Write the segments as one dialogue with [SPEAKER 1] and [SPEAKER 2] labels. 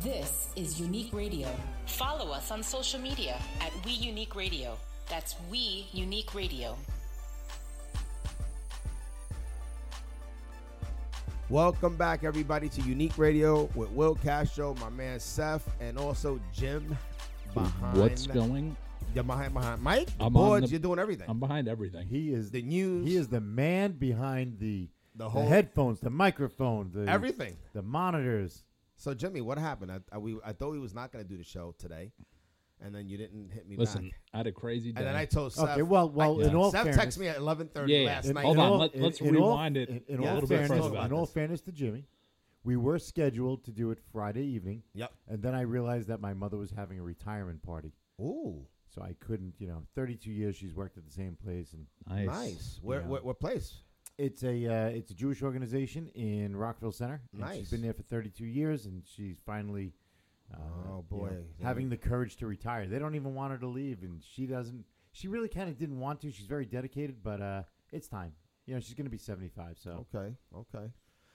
[SPEAKER 1] This is Unique Radio. Follow us on social media at We Unique Radio. That's We Unique Radio.
[SPEAKER 2] Welcome back, everybody, to Unique Radio with Will Castro, my man Seth, and also Jim behind.
[SPEAKER 3] What's going?
[SPEAKER 2] Yeah, behind, behind Mike. The
[SPEAKER 3] I'm on
[SPEAKER 2] boards,
[SPEAKER 3] the-
[SPEAKER 2] you're doing everything.
[SPEAKER 3] I'm behind everything.
[SPEAKER 4] He is
[SPEAKER 2] the news.
[SPEAKER 4] he is the man behind the
[SPEAKER 2] The
[SPEAKER 4] the,
[SPEAKER 2] whole-
[SPEAKER 4] headphones, the microphone, the
[SPEAKER 2] everything.
[SPEAKER 4] the monitors.
[SPEAKER 2] So Jimmy, what happened? I, I, we, I thought we was not going to do the show today, and then you didn't hit me
[SPEAKER 3] Listen,
[SPEAKER 2] back.
[SPEAKER 3] I had a crazy day.
[SPEAKER 2] And then I told Seth.
[SPEAKER 4] Okay, well- well,
[SPEAKER 2] I,
[SPEAKER 4] in all
[SPEAKER 2] Seth
[SPEAKER 4] fairness-
[SPEAKER 2] texted me at 11:30
[SPEAKER 3] Yeah, yeah.
[SPEAKER 2] last
[SPEAKER 3] In-
[SPEAKER 2] night.
[SPEAKER 3] hold
[SPEAKER 4] in
[SPEAKER 3] on,
[SPEAKER 4] all-
[SPEAKER 3] let-
[SPEAKER 4] in-
[SPEAKER 3] let's
[SPEAKER 4] in all-
[SPEAKER 3] rewind it
[SPEAKER 4] In, in
[SPEAKER 3] a
[SPEAKER 4] all
[SPEAKER 3] little bit
[SPEAKER 4] fairness,
[SPEAKER 3] further
[SPEAKER 2] about
[SPEAKER 4] in all
[SPEAKER 2] this.
[SPEAKER 4] fairness to Jimmy, we were scheduled to do it Friday evening.
[SPEAKER 2] Yep.
[SPEAKER 4] And then I realized that my mother was having a retirement party,
[SPEAKER 2] Ooh,
[SPEAKER 4] so I couldn't. You know, 32 years she's worked at the same place, and
[SPEAKER 3] nice.
[SPEAKER 2] nice. Where,
[SPEAKER 4] Yeah.
[SPEAKER 2] where, what place?
[SPEAKER 4] it's a uh, it's a Jewish organization in Rockville Center. and
[SPEAKER 2] Nice.
[SPEAKER 4] She's been there for 32 years, and she's finally. Uh,
[SPEAKER 2] Oh,
[SPEAKER 4] you
[SPEAKER 2] boy.
[SPEAKER 4] know, having the courage to retire. They don't even want her to leave, and she doesn't. She really kind of didn't want to. She's very dedicated, but uh, it's time. You know, she's going to be 75, so
[SPEAKER 2] Okay, okay.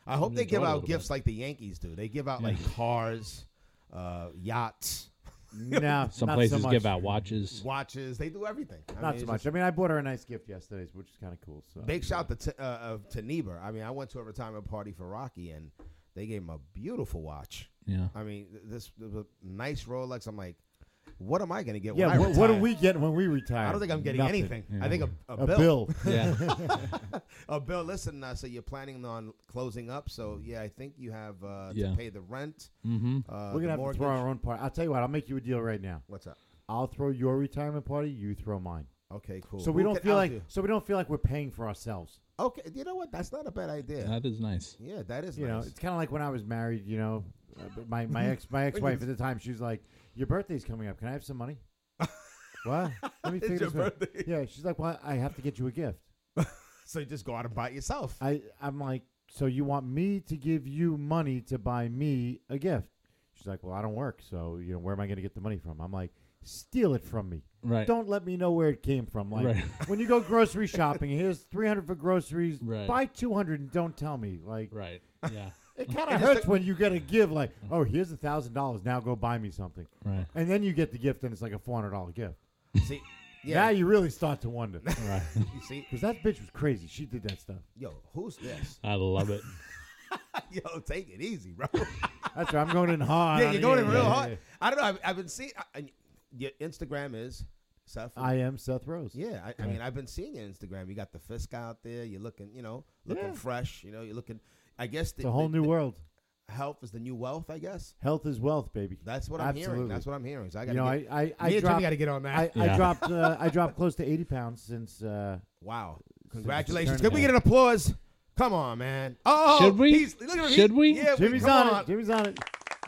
[SPEAKER 2] I hope they
[SPEAKER 3] enjoy
[SPEAKER 2] give
[SPEAKER 3] it a
[SPEAKER 2] out
[SPEAKER 3] little
[SPEAKER 2] gifts
[SPEAKER 3] bit.
[SPEAKER 2] like the Yankees do. They give out
[SPEAKER 3] Yeah.
[SPEAKER 2] like cars, uh, yachts,
[SPEAKER 4] no,
[SPEAKER 3] Some
[SPEAKER 4] not
[SPEAKER 3] places
[SPEAKER 4] so much.
[SPEAKER 3] give out watches.
[SPEAKER 2] watches. They do everything. I
[SPEAKER 4] Not
[SPEAKER 2] mean,
[SPEAKER 4] so
[SPEAKER 2] it's
[SPEAKER 4] much.
[SPEAKER 2] just-
[SPEAKER 4] I mean, I bought her a nice gift yesterday, which is kind of cool. So
[SPEAKER 2] Big shout to t- uh, uh, to Niebuhr. I mean, I went to a retirement party for Rocky, and they gave him a beautiful watch.
[SPEAKER 3] Yeah.
[SPEAKER 2] I mean, th- this was a nice Rolex. I'm like, what am I going to get?
[SPEAKER 4] Yeah,
[SPEAKER 2] when I
[SPEAKER 4] what, what do
[SPEAKER 2] retire?
[SPEAKER 4] we get when we retire?
[SPEAKER 2] I don't think I'm getting
[SPEAKER 4] Nothing.
[SPEAKER 2] anything. I think a, a,
[SPEAKER 4] A
[SPEAKER 2] bill.
[SPEAKER 4] bill.
[SPEAKER 3] Yeah.
[SPEAKER 2] A bill. Listen, uh, so you're planning on closing up. So yeah, I think you have uh,
[SPEAKER 3] Yeah.
[SPEAKER 2] to pay the rent.
[SPEAKER 3] mm-hmm.
[SPEAKER 2] Uh,
[SPEAKER 4] We're
[SPEAKER 2] the
[SPEAKER 4] gonna have
[SPEAKER 2] mortgage.
[SPEAKER 4] to throw our own party. I'll tell you what. I'll make you a deal right now.
[SPEAKER 2] What's up?
[SPEAKER 4] I'll throw your retirement party. You throw mine.
[SPEAKER 2] Okay, cool.
[SPEAKER 4] So we
[SPEAKER 2] Who
[SPEAKER 4] don't
[SPEAKER 2] can
[SPEAKER 4] feel
[SPEAKER 2] out
[SPEAKER 4] like
[SPEAKER 2] you?
[SPEAKER 4] so we don't feel like we're paying for ourselves.
[SPEAKER 2] Okay, you know what? That's not a bad idea.
[SPEAKER 3] That is nice.
[SPEAKER 2] yeah, that is
[SPEAKER 4] You know,
[SPEAKER 2] nice.
[SPEAKER 4] it's kind of like when I was married. You know, uh, but my my ex my ex wife at the time she was like, "Your birthday's coming up. Can I have some money?" what? Let me
[SPEAKER 2] It's
[SPEAKER 4] figure
[SPEAKER 2] your
[SPEAKER 4] this out.
[SPEAKER 2] birthday.
[SPEAKER 4] Yeah, she's like, "Well, I have to get you a gift."
[SPEAKER 2] so you just go out and buy it yourself.
[SPEAKER 4] I I'm like, so you want me to give you money to buy me a gift? She's like, well, I don't work, so you know where am I going to get the money from? I'm like, steal it from me.
[SPEAKER 3] Right.
[SPEAKER 4] Don't let me know where it came from. Like
[SPEAKER 3] Right.
[SPEAKER 4] when you go grocery shopping, here's 300 for groceries.
[SPEAKER 3] Right.
[SPEAKER 4] Buy 200 and don't tell me. Like
[SPEAKER 3] Right. Yeah.
[SPEAKER 4] it kind of
[SPEAKER 2] just
[SPEAKER 4] hurts
[SPEAKER 2] like-
[SPEAKER 4] when you got to give like, oh, here's a thousand dollars. Now go buy me something.
[SPEAKER 3] Right.
[SPEAKER 4] And then you get the gift, and it's like a 400 dollar gift.
[SPEAKER 2] See,
[SPEAKER 4] Now
[SPEAKER 2] yeah,
[SPEAKER 4] you really start to wonder
[SPEAKER 3] Right.
[SPEAKER 2] you see,
[SPEAKER 4] because that bitch was crazy. She did that stuff.
[SPEAKER 2] yo, who's this?
[SPEAKER 3] I love it.
[SPEAKER 2] Yo, take it easy, bro.
[SPEAKER 4] That's right. I'm going in hard.
[SPEAKER 2] yeah,
[SPEAKER 4] on
[SPEAKER 2] you're
[SPEAKER 4] it.
[SPEAKER 2] going in
[SPEAKER 4] Yeah,
[SPEAKER 2] real
[SPEAKER 4] yeah,
[SPEAKER 2] hard.
[SPEAKER 4] yeah.
[SPEAKER 2] I don't know. I've, I've been seeing I- I- your Instagram is Seth.
[SPEAKER 4] I am Seth Rose.
[SPEAKER 2] yeah, I, I mean, I've been seeing your Instagram. You got the Fisk out there. You're looking, you know, looking
[SPEAKER 4] Yeah.
[SPEAKER 2] fresh. You know, you're looking. I guess the,
[SPEAKER 4] It's a whole
[SPEAKER 2] the-
[SPEAKER 4] new
[SPEAKER 2] the
[SPEAKER 4] world.
[SPEAKER 2] Health is the new wealth. I guess
[SPEAKER 4] Health is wealth, baby.
[SPEAKER 2] that's what I'm hearing.
[SPEAKER 4] Absolutely.
[SPEAKER 2] That's what I'm hearing. So I got
[SPEAKER 4] you know, I I, I
[SPEAKER 2] me and Jimmy
[SPEAKER 4] dropped,
[SPEAKER 2] gotta get on that.
[SPEAKER 4] I, I
[SPEAKER 3] Yeah.
[SPEAKER 4] dropped uh, I dropped close to eighty pounds since. Uh,
[SPEAKER 2] wow, congratulations!
[SPEAKER 4] turning
[SPEAKER 2] Can we
[SPEAKER 4] it.
[SPEAKER 2] get an applause? Come on, man. Oh,
[SPEAKER 3] Should we?
[SPEAKER 2] he's- look at him.
[SPEAKER 3] Should
[SPEAKER 2] He-
[SPEAKER 3] we?
[SPEAKER 2] Yeah,
[SPEAKER 4] Jimmy's
[SPEAKER 2] we, come
[SPEAKER 4] on,
[SPEAKER 2] on.
[SPEAKER 4] it. Jimmy's on it.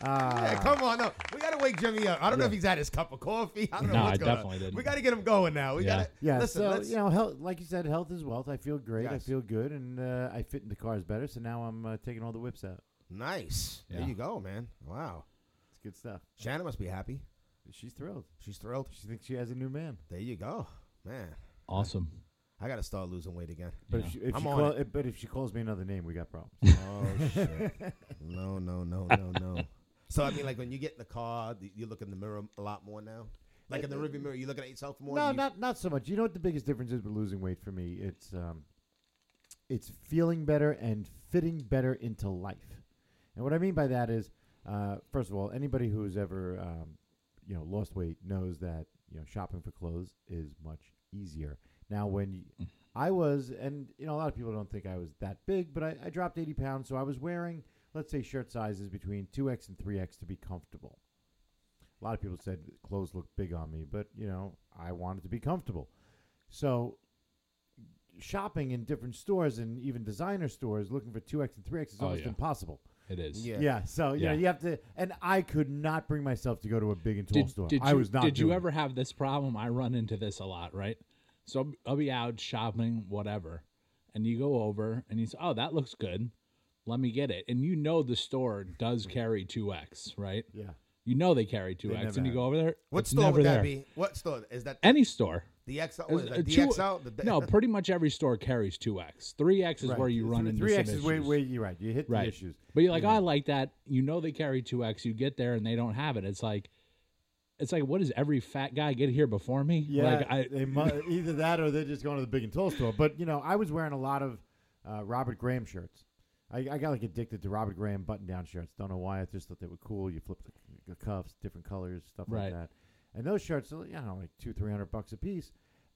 [SPEAKER 4] Uh,
[SPEAKER 2] Yeah, come on. No, we gotta wake Jimmy up. I don't know if he's had his cup of coffee. I don't know
[SPEAKER 3] No,
[SPEAKER 2] what's
[SPEAKER 3] I
[SPEAKER 2] going on.
[SPEAKER 3] definitely didn't.
[SPEAKER 2] We gotta get him going now. We
[SPEAKER 3] Yeah.
[SPEAKER 2] gotta.
[SPEAKER 4] yeah.
[SPEAKER 2] listen,
[SPEAKER 4] so
[SPEAKER 2] let's-
[SPEAKER 4] you know, health, like you said, health is wealth. I feel great. I
[SPEAKER 2] Yes.
[SPEAKER 4] feel good, and uh, I fit in the cars better. So now I'm uh, taking all the whips out.
[SPEAKER 2] nice.
[SPEAKER 3] Yeah.
[SPEAKER 2] There you go, man. Wow.
[SPEAKER 4] It's good stuff.
[SPEAKER 2] Shannon must be happy.
[SPEAKER 4] She's thrilled.
[SPEAKER 2] She's thrilled.
[SPEAKER 4] She thinks she has a new man.
[SPEAKER 2] There you go, man.
[SPEAKER 3] Awesome.
[SPEAKER 2] I gotta start losing weight again.
[SPEAKER 4] But
[SPEAKER 3] Yeah.
[SPEAKER 4] if she, if
[SPEAKER 2] I'm
[SPEAKER 4] she
[SPEAKER 2] on
[SPEAKER 4] call, but if she calls me another name, we got problems.
[SPEAKER 2] Oh shit. No, no, no, no, no. So I mean, like when you get in the car, th- you look in the mirror a lot more now. Like in the rearview mirror, you looking at yourself more.
[SPEAKER 4] No,
[SPEAKER 2] You-
[SPEAKER 4] not not so much. You know what the biggest difference is with losing weight for me? It's um, it's feeling better and fitting better into life. And what I mean by that is, uh, first of all, anybody who's ever um, you know lost weight knows that you know shopping for clothes is much easier now. When
[SPEAKER 3] Mm.
[SPEAKER 4] y- I was, and you know, a lot of people don't think I was that big, but I, I dropped eighty pounds, so I was wearing let's say shirt sizes between two X and three X to be comfortable. A lot of people said clothes look big on me, but you know, I wanted to be comfortable. So shopping in different stores and even designer stores looking for 2x and 3x is
[SPEAKER 3] Oh,
[SPEAKER 4] almost
[SPEAKER 3] yeah.
[SPEAKER 4] impossible.
[SPEAKER 3] It is.
[SPEAKER 2] Yeah.
[SPEAKER 4] Yeah. so you know,
[SPEAKER 3] Yeah.
[SPEAKER 4] you have to and I could not bring myself to go to a big and tall
[SPEAKER 3] Did,
[SPEAKER 4] store.
[SPEAKER 3] did
[SPEAKER 4] I
[SPEAKER 3] you,
[SPEAKER 4] was not
[SPEAKER 3] Did you
[SPEAKER 4] doing it.
[SPEAKER 3] ever have this problem? I run into this a lot, right? So I'll- I'll be out shopping, whatever, and you go over and you say, "Oh, that looks good. Let me get it." And you know the store does carry two X, right?
[SPEAKER 4] Yeah.
[SPEAKER 3] You know they carry two
[SPEAKER 4] never
[SPEAKER 3] X, and you
[SPEAKER 4] have.
[SPEAKER 3] go over there.
[SPEAKER 2] what
[SPEAKER 3] it's
[SPEAKER 2] store
[SPEAKER 3] never
[SPEAKER 2] would that
[SPEAKER 3] there.
[SPEAKER 2] be? What store is that?
[SPEAKER 3] Any store.
[SPEAKER 2] The XL,
[SPEAKER 3] There's
[SPEAKER 2] what is
[SPEAKER 3] a
[SPEAKER 2] that?
[SPEAKER 3] two-
[SPEAKER 2] DXL? The d-
[SPEAKER 3] no, pretty much every store carries two X. Three X is where you run into
[SPEAKER 4] three
[SPEAKER 3] some
[SPEAKER 4] X is where,
[SPEAKER 3] issues.
[SPEAKER 4] where you're right. You hit
[SPEAKER 3] right.
[SPEAKER 4] the issues.
[SPEAKER 3] But you're like, "Oh, I like that. You know they carry two X. You get there and they don't have it. It's like, it's like, what does every fat guy get here before me?
[SPEAKER 4] Yeah,
[SPEAKER 3] like, I,
[SPEAKER 4] they mu- either that or they're just going to the big and tall store. But you know, I was wearing a lot of uh, Robert Graham shirts. I, I got like addicted to Robert Graham button-down shirts. Don't know why. I just thought they were cool. You flip the, the cuffs, different colors, stuff
[SPEAKER 3] Right.
[SPEAKER 4] like that. And those shirts, are, you know, like two, three hundred bucks a piece.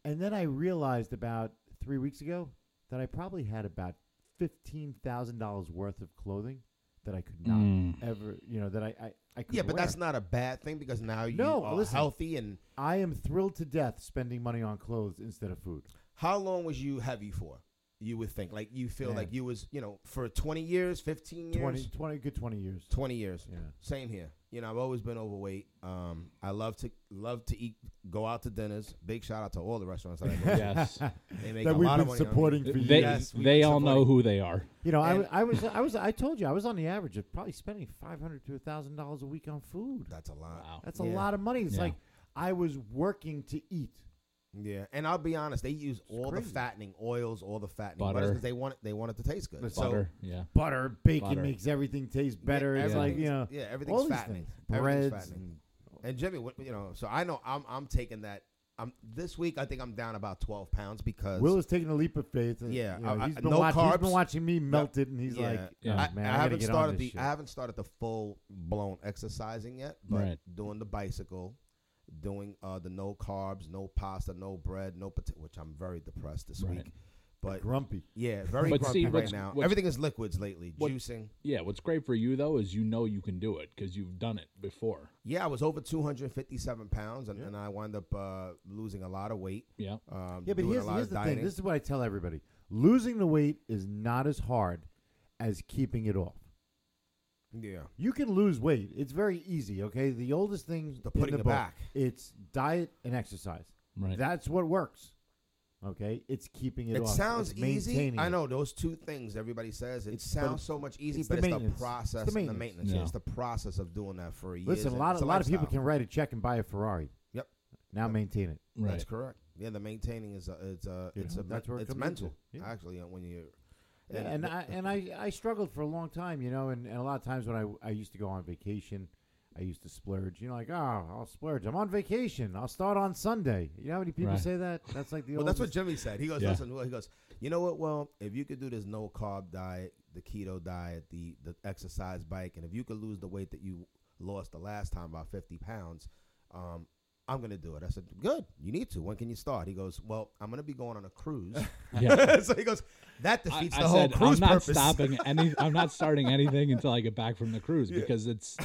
[SPEAKER 4] And then I realized about three weeks ago that I probably had about fifteen thousand dollars worth of clothing that I could not
[SPEAKER 3] Mm.
[SPEAKER 4] ever, you know, that I I, I could
[SPEAKER 2] Yeah, but that's
[SPEAKER 4] wear.
[SPEAKER 2] not a bad thing because now you
[SPEAKER 4] No,
[SPEAKER 2] are
[SPEAKER 4] listen.
[SPEAKER 2] healthy. And
[SPEAKER 4] I am thrilled to death spending money on clothes instead of food.
[SPEAKER 2] how long was you heavy for? You would think like you feel
[SPEAKER 4] Man.
[SPEAKER 2] like you was you know for 20 years, 15 years,
[SPEAKER 4] 20, 20 good 20 years.
[SPEAKER 2] 20 years.
[SPEAKER 4] Yeah.
[SPEAKER 2] Same here. You know, I've always been overweight. Um, I love to love to eat, go out to dinners. Big shout out to all the restaurants that I go. to.
[SPEAKER 3] yes,
[SPEAKER 2] They make
[SPEAKER 4] that
[SPEAKER 2] a
[SPEAKER 4] we've
[SPEAKER 2] lot
[SPEAKER 4] been
[SPEAKER 2] of money on me.
[SPEAKER 4] supporting for
[SPEAKER 3] they
[SPEAKER 4] years.
[SPEAKER 2] Yes, we
[SPEAKER 3] they
[SPEAKER 2] get
[SPEAKER 3] all
[SPEAKER 2] some
[SPEAKER 3] know
[SPEAKER 2] money.
[SPEAKER 3] who they are.
[SPEAKER 4] You know, I,
[SPEAKER 2] And-
[SPEAKER 4] wa- I was, I was, I told you, I was on the average of probably spending five hundred to thousand dollars a week on food.
[SPEAKER 2] That's a lot.
[SPEAKER 3] Wow.
[SPEAKER 4] That's a
[SPEAKER 2] Yeah.
[SPEAKER 4] lot of money. It's
[SPEAKER 3] Yeah.
[SPEAKER 4] like I was working to eat.
[SPEAKER 2] Yeah, and I'll be honest, they use all
[SPEAKER 4] crazy.
[SPEAKER 2] the fattening oils, all the fattening
[SPEAKER 3] Butter.
[SPEAKER 2] butters because they want it. They want it to taste good. So,
[SPEAKER 3] Butter, yeah.
[SPEAKER 4] Butter, bacon
[SPEAKER 3] Butter.
[SPEAKER 4] makes everything taste better.
[SPEAKER 2] Yeah,
[SPEAKER 4] it's like
[SPEAKER 2] everything's-
[SPEAKER 4] you know,
[SPEAKER 2] yeah, everything's
[SPEAKER 4] all these
[SPEAKER 2] fattening.
[SPEAKER 4] things,
[SPEAKER 2] Everything's
[SPEAKER 4] breads.
[SPEAKER 2] fattening.
[SPEAKER 4] and-
[SPEAKER 2] And Jimmy, what- you know, so I know I'm I'm taking that. I'm this week. I think I'm down about twelve pounds because
[SPEAKER 4] Will is taking a leap of faith. and,
[SPEAKER 2] Yeah,
[SPEAKER 4] you know,
[SPEAKER 2] I- I-
[SPEAKER 4] he's been
[SPEAKER 2] no
[SPEAKER 4] watching, He's been
[SPEAKER 2] carbs.
[SPEAKER 4] watching me melt it, and he's
[SPEAKER 2] yeah,
[SPEAKER 4] like,
[SPEAKER 3] Yeah.
[SPEAKER 2] I,
[SPEAKER 4] "Oh, man,
[SPEAKER 2] I
[SPEAKER 4] I, gotta
[SPEAKER 2] haven't
[SPEAKER 4] get on
[SPEAKER 2] started
[SPEAKER 4] this
[SPEAKER 2] the
[SPEAKER 4] shit."
[SPEAKER 2] I haven't started the full blown exercising yet, but
[SPEAKER 3] Right.
[SPEAKER 2] doing the bicycle, doing uh, the no carbs, no pasta, no bread, no potato, which I'm very depressed this
[SPEAKER 3] Right.
[SPEAKER 2] week. But
[SPEAKER 4] grumpy.
[SPEAKER 2] yeah, very
[SPEAKER 3] But see,
[SPEAKER 2] grumpy right
[SPEAKER 3] what's-
[SPEAKER 2] now.
[SPEAKER 3] what's-
[SPEAKER 2] Everything is liquids lately.
[SPEAKER 3] What-
[SPEAKER 2] Juicing.
[SPEAKER 3] Yeah, what's great for you though is you know you can do it because you've done it before.
[SPEAKER 2] Yeah, I was over 257 pounds, and, and I wound up uh, losing a lot of weight.
[SPEAKER 3] Yeah.
[SPEAKER 2] Um,
[SPEAKER 4] Yeah, but
[SPEAKER 2] doing
[SPEAKER 4] here's,
[SPEAKER 2] a lot
[SPEAKER 4] here's
[SPEAKER 2] of
[SPEAKER 4] the
[SPEAKER 2] dieting.
[SPEAKER 4] thing. This is what I tell everybody: losing the weight is not as hard as keeping it off.
[SPEAKER 2] yeah,
[SPEAKER 4] You can lose weight; it's very easy. Okay, the oldest thing
[SPEAKER 2] The
[SPEAKER 4] in
[SPEAKER 2] putting
[SPEAKER 4] the
[SPEAKER 2] it
[SPEAKER 4] book,
[SPEAKER 2] back.
[SPEAKER 4] it's diet and exercise.
[SPEAKER 3] Right.
[SPEAKER 4] That's what works. Okay, it's keeping it.
[SPEAKER 2] it
[SPEAKER 4] off.
[SPEAKER 2] sounds
[SPEAKER 4] It's
[SPEAKER 2] easy.
[SPEAKER 4] maintaining
[SPEAKER 2] I
[SPEAKER 4] it.
[SPEAKER 2] know those two things everybody says. It
[SPEAKER 4] It's- but
[SPEAKER 2] sounds
[SPEAKER 4] it's-
[SPEAKER 2] so much easy,
[SPEAKER 4] it's
[SPEAKER 2] but
[SPEAKER 4] the
[SPEAKER 2] it's the
[SPEAKER 4] maintenance.
[SPEAKER 2] process,
[SPEAKER 4] It's the
[SPEAKER 2] and the
[SPEAKER 4] maintenance.
[SPEAKER 2] maintenance.
[SPEAKER 3] Yeah.
[SPEAKER 2] It's the process of doing that for years.
[SPEAKER 4] Listen, a
[SPEAKER 2] and
[SPEAKER 4] lot
[SPEAKER 2] it's
[SPEAKER 4] of a lot of people
[SPEAKER 2] lifestyle.
[SPEAKER 4] can write a check and buy it Ferrari.
[SPEAKER 2] Yep,
[SPEAKER 4] Now maintain it.
[SPEAKER 3] Right.
[SPEAKER 2] that's correct. Yeah, the maintaining is a, it's a,
[SPEAKER 4] You
[SPEAKER 2] it's
[SPEAKER 4] know,
[SPEAKER 2] a,
[SPEAKER 4] that's where it
[SPEAKER 2] it's
[SPEAKER 4] comes
[SPEAKER 2] mental.
[SPEAKER 4] into. Yeah.
[SPEAKER 2] Actually, uh, when you,
[SPEAKER 4] Yeah, and I and I, I struggled for a long time, you know, and, and a lot of times when I I used to go on vacation, I used to splurge, you know, like oh I'll splurge, I'm on vacation, I'll start on Sunday. You know how many people
[SPEAKER 3] Right.
[SPEAKER 4] say that? That's like the
[SPEAKER 2] well, that's what
[SPEAKER 4] oldest-
[SPEAKER 2] Jimmy said. He goes,
[SPEAKER 3] Yeah.
[SPEAKER 2] listen, well, he goes, you know what? Well, if you could do this no carb diet, the keto diet, the the exercise bike, and if you could lose the weight that you lost the last time by fifty pounds, um, I'm gonna do it. I said, good. You need to. When can you start? He goes, well, I'm gonna be going on a cruise.
[SPEAKER 3] Yeah.
[SPEAKER 2] so he goes, that
[SPEAKER 3] I,
[SPEAKER 2] defeats
[SPEAKER 3] I
[SPEAKER 2] the whole
[SPEAKER 3] said
[SPEAKER 2] cruise
[SPEAKER 3] I'm not
[SPEAKER 2] purpose.
[SPEAKER 3] stopping any. I'm not starting anything until I get back from the cruise because it's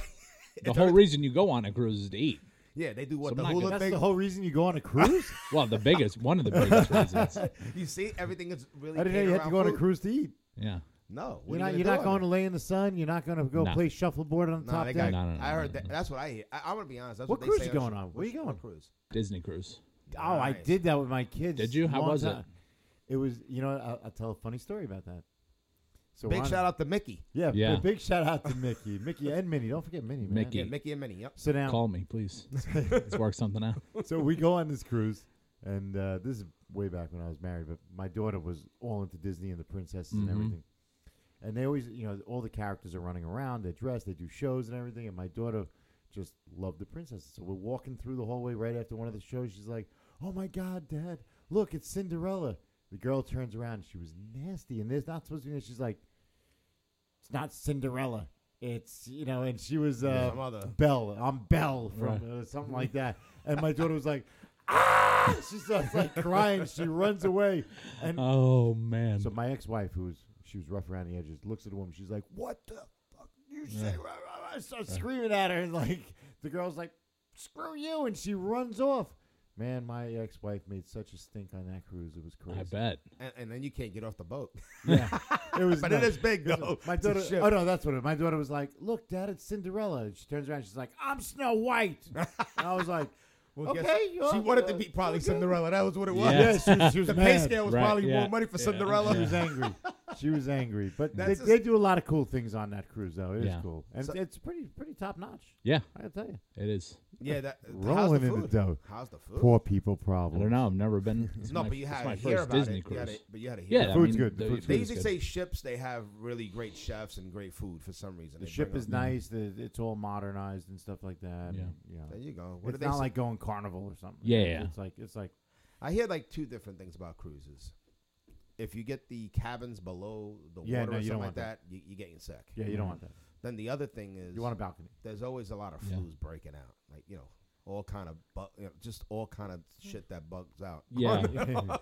[SPEAKER 3] the whole reason you go on a cruise is to eat.
[SPEAKER 2] yeah, they do what
[SPEAKER 3] So
[SPEAKER 2] the
[SPEAKER 3] I'm not
[SPEAKER 2] hula
[SPEAKER 3] gonna-
[SPEAKER 4] That's
[SPEAKER 2] thing.
[SPEAKER 4] the whole reason you go on a cruise.
[SPEAKER 3] Well, the biggest, one of the biggest reasons.
[SPEAKER 2] you see, everything is really.
[SPEAKER 4] I didn't know
[SPEAKER 2] catered
[SPEAKER 4] you had to
[SPEAKER 2] around
[SPEAKER 4] go on a
[SPEAKER 2] food.
[SPEAKER 4] cruise to eat.
[SPEAKER 3] Yeah.
[SPEAKER 2] No, what
[SPEAKER 4] You're
[SPEAKER 2] are
[SPEAKER 4] not
[SPEAKER 2] you
[SPEAKER 4] you're
[SPEAKER 2] gonna
[SPEAKER 4] not
[SPEAKER 2] do on
[SPEAKER 4] going
[SPEAKER 2] it?
[SPEAKER 4] to lay in the sun. You're not going to go
[SPEAKER 3] No.
[SPEAKER 4] play shuffleboard on the
[SPEAKER 2] Nah,
[SPEAKER 4] top
[SPEAKER 2] they
[SPEAKER 4] deck.
[SPEAKER 2] got,
[SPEAKER 3] No, no, no,
[SPEAKER 2] I
[SPEAKER 3] no,
[SPEAKER 2] heard
[SPEAKER 3] no,
[SPEAKER 2] that. That's what I hear. I, I'm gonna be honest. That's
[SPEAKER 4] What
[SPEAKER 2] what,
[SPEAKER 4] cruise
[SPEAKER 2] they say
[SPEAKER 4] you going
[SPEAKER 2] should-
[SPEAKER 4] on? Where you
[SPEAKER 2] what
[SPEAKER 4] going?
[SPEAKER 2] Cruise.
[SPEAKER 3] Disney cruise.
[SPEAKER 4] Oh, I
[SPEAKER 2] Nice.
[SPEAKER 4] did that with my kids.
[SPEAKER 3] Did you? How
[SPEAKER 4] long
[SPEAKER 3] was it?
[SPEAKER 4] time. It was. You know, I'll, I'll tell a funny story about that. So
[SPEAKER 2] Big
[SPEAKER 4] on-
[SPEAKER 2] shout out to Mickey.
[SPEAKER 4] Yeah, b-
[SPEAKER 3] Yeah.
[SPEAKER 4] Big shout out to Mickey, Mickey and Minnie. Don't forget Minnie, man.
[SPEAKER 3] Mickey.
[SPEAKER 2] Yeah, Mickey and Minnie. Yep.
[SPEAKER 4] So now,
[SPEAKER 3] Call me, please. Let's work something out.
[SPEAKER 4] so we go on this cruise, and uh, this is way back when I was married, but my daughter was all into Disney and the princesses and
[SPEAKER 3] Mhm.
[SPEAKER 4] everything. And they always, you know, all the characters are running around. They're dressed. They do shows and everything. And my daughter just loved the princesses. So we're walking through the hallway right after one of the shows. She's like, "Oh my God, Dad! Look, it's Cinderella." The girl turns around. She was nasty, and there's not supposed to be. She's like, "It's not Cinderella. It's you know." And she was
[SPEAKER 2] Yeah,
[SPEAKER 4] uh,
[SPEAKER 2] some other-
[SPEAKER 4] Belle. I'm Belle from
[SPEAKER 3] Right.
[SPEAKER 4] uh, something like that. And my daughter was like, ah! She starts like crying. She runs away. And
[SPEAKER 3] Oh man.
[SPEAKER 4] so my ex-wife, who was she was rough around the edges, looks at the woman. She's like, "What the fuck you say?" I start screaming at her, and like the girl's like, "Screw you!" And she runs off. Man, my ex-wife made such a stink on that cruise. It was crazy.
[SPEAKER 3] I bet.
[SPEAKER 2] And, and then you can't get off the boat.
[SPEAKER 4] Yeah, it was.
[SPEAKER 2] but
[SPEAKER 4] nuts.
[SPEAKER 2] it is big though.
[SPEAKER 4] My
[SPEAKER 2] It's a
[SPEAKER 4] daughter.
[SPEAKER 2] ship.
[SPEAKER 4] Oh no, that's what it. My daughter was like, "Look, Dad, it's Cinderella." And she turns around. She's like, "I'm Snow White." And I was like,
[SPEAKER 2] Well, guess-
[SPEAKER 4] "Okay."
[SPEAKER 2] she wanted to be probably Cinderella. That was what it was.
[SPEAKER 3] Yeah.
[SPEAKER 4] Yes, yeah, she was, she was
[SPEAKER 2] The pay
[SPEAKER 4] mad.
[SPEAKER 2] scale was
[SPEAKER 3] Right,
[SPEAKER 2] probably
[SPEAKER 3] yeah.
[SPEAKER 2] more money for
[SPEAKER 3] Yeah.
[SPEAKER 2] Cinderella.
[SPEAKER 4] She was angry. She was angry. But they,
[SPEAKER 2] That's a-
[SPEAKER 4] they do a lot of cool things on that cruise, though. It is
[SPEAKER 3] Yeah.
[SPEAKER 4] cool, and
[SPEAKER 2] So-
[SPEAKER 4] it's pretty pretty top notch.
[SPEAKER 3] Yeah,
[SPEAKER 4] I gotta tell you.
[SPEAKER 3] it is.
[SPEAKER 2] Yeah, that how's
[SPEAKER 4] Rolling
[SPEAKER 2] the
[SPEAKER 4] in the
[SPEAKER 2] food?
[SPEAKER 4] dough.
[SPEAKER 2] How's the food?
[SPEAKER 4] Poor people
[SPEAKER 3] I
[SPEAKER 4] problem.
[SPEAKER 3] don't know. I've never been. It's
[SPEAKER 2] No,
[SPEAKER 3] my,
[SPEAKER 2] but you
[SPEAKER 3] it's
[SPEAKER 2] had
[SPEAKER 3] my
[SPEAKER 2] to hear
[SPEAKER 3] first
[SPEAKER 2] about
[SPEAKER 3] Disney
[SPEAKER 2] it. You
[SPEAKER 3] cruise.
[SPEAKER 2] had to, but you had to hear.
[SPEAKER 3] yeah,
[SPEAKER 2] about
[SPEAKER 3] I
[SPEAKER 2] it.
[SPEAKER 4] Food's
[SPEAKER 3] mean,
[SPEAKER 4] good. The
[SPEAKER 3] the-
[SPEAKER 4] food's
[SPEAKER 2] They
[SPEAKER 4] good.
[SPEAKER 3] food is
[SPEAKER 2] usually
[SPEAKER 3] good.
[SPEAKER 2] say ships they have really great chefs and great food for some reason.
[SPEAKER 4] The
[SPEAKER 2] They
[SPEAKER 4] ship
[SPEAKER 2] bring
[SPEAKER 4] is
[SPEAKER 2] up-
[SPEAKER 4] nice. The, it's all modernized and stuff like that.
[SPEAKER 3] Yeah.
[SPEAKER 4] and, you know.
[SPEAKER 2] There you go. What do
[SPEAKER 4] it's
[SPEAKER 2] they
[SPEAKER 4] not
[SPEAKER 2] say?
[SPEAKER 4] like going carnival or something.
[SPEAKER 3] Yeah,
[SPEAKER 4] It's-
[SPEAKER 3] yeah.
[SPEAKER 4] It's like it's like
[SPEAKER 2] I hear like two different things about cruises. If you get the cabins below the
[SPEAKER 4] Yeah,
[SPEAKER 2] water
[SPEAKER 4] no,
[SPEAKER 2] or
[SPEAKER 4] you
[SPEAKER 2] something
[SPEAKER 4] don't
[SPEAKER 2] like
[SPEAKER 4] want
[SPEAKER 2] that,
[SPEAKER 4] that.
[SPEAKER 2] you, you're getting sick.
[SPEAKER 4] yeah, you don't want that.
[SPEAKER 2] Then the other thing is
[SPEAKER 4] You want a balcony.
[SPEAKER 2] there's always a lot of
[SPEAKER 3] Yeah.
[SPEAKER 2] flus breaking out, like you know, all kind of bu- you know, just all kind of shit that bugs out.
[SPEAKER 3] Yeah,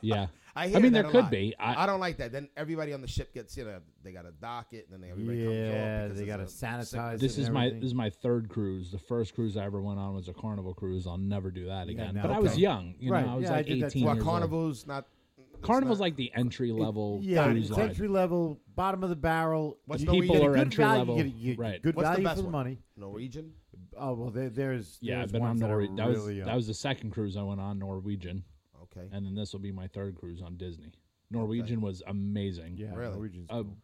[SPEAKER 3] yeah.
[SPEAKER 2] I, hear
[SPEAKER 3] I mean,
[SPEAKER 2] that
[SPEAKER 3] there
[SPEAKER 2] a
[SPEAKER 3] could
[SPEAKER 2] lot.
[SPEAKER 3] be. I-
[SPEAKER 2] I, don't like that. Then everybody on the ship gets you know they got to dock it, and then everybody comes off.
[SPEAKER 4] Yeah,
[SPEAKER 2] because
[SPEAKER 4] they
[SPEAKER 2] it's
[SPEAKER 4] gotta
[SPEAKER 2] a
[SPEAKER 4] sanitize
[SPEAKER 2] sickness.
[SPEAKER 3] This
[SPEAKER 4] and
[SPEAKER 3] is my
[SPEAKER 4] everything.
[SPEAKER 3] this is my third cruise. The first cruise I ever went on was a Carnival cruise. I'll never do that
[SPEAKER 4] Yeah,
[SPEAKER 3] again.
[SPEAKER 4] no,
[SPEAKER 3] but I was
[SPEAKER 4] okay.
[SPEAKER 3] young. You
[SPEAKER 4] Right,
[SPEAKER 3] know, I was
[SPEAKER 4] yeah, I
[SPEAKER 3] like
[SPEAKER 4] did that
[SPEAKER 3] eighteen.
[SPEAKER 4] too.
[SPEAKER 2] Well,
[SPEAKER 3] years old.
[SPEAKER 2] carnival's not. it's
[SPEAKER 3] Carnival's
[SPEAKER 2] not-
[SPEAKER 3] like the entry level
[SPEAKER 4] Yeah,
[SPEAKER 3] cruise
[SPEAKER 4] it's
[SPEAKER 3] line.
[SPEAKER 4] entry level, bottom of the barrel.
[SPEAKER 2] What's
[SPEAKER 4] you
[SPEAKER 2] the
[SPEAKER 4] get
[SPEAKER 2] People
[SPEAKER 4] good
[SPEAKER 2] are
[SPEAKER 3] entry
[SPEAKER 4] value,
[SPEAKER 3] level.
[SPEAKER 4] You get, you get
[SPEAKER 3] Right.
[SPEAKER 4] good
[SPEAKER 2] What's the
[SPEAKER 4] value
[SPEAKER 2] best
[SPEAKER 4] for the
[SPEAKER 2] one?
[SPEAKER 4] money.
[SPEAKER 2] Norwegian.
[SPEAKER 4] Oh well, there, there's
[SPEAKER 3] yeah,
[SPEAKER 4] there's
[SPEAKER 3] I've been on
[SPEAKER 4] ones that are
[SPEAKER 3] Norwegian. That was
[SPEAKER 4] really, uh,
[SPEAKER 3] that was the second cruise I went on Norwegian,
[SPEAKER 2] Okay.
[SPEAKER 3] and then this will be my third cruise on Disney. Norwegian was amazing.
[SPEAKER 4] yeah,
[SPEAKER 2] Really?
[SPEAKER 4] Norwegian's
[SPEAKER 3] a
[SPEAKER 4] cool.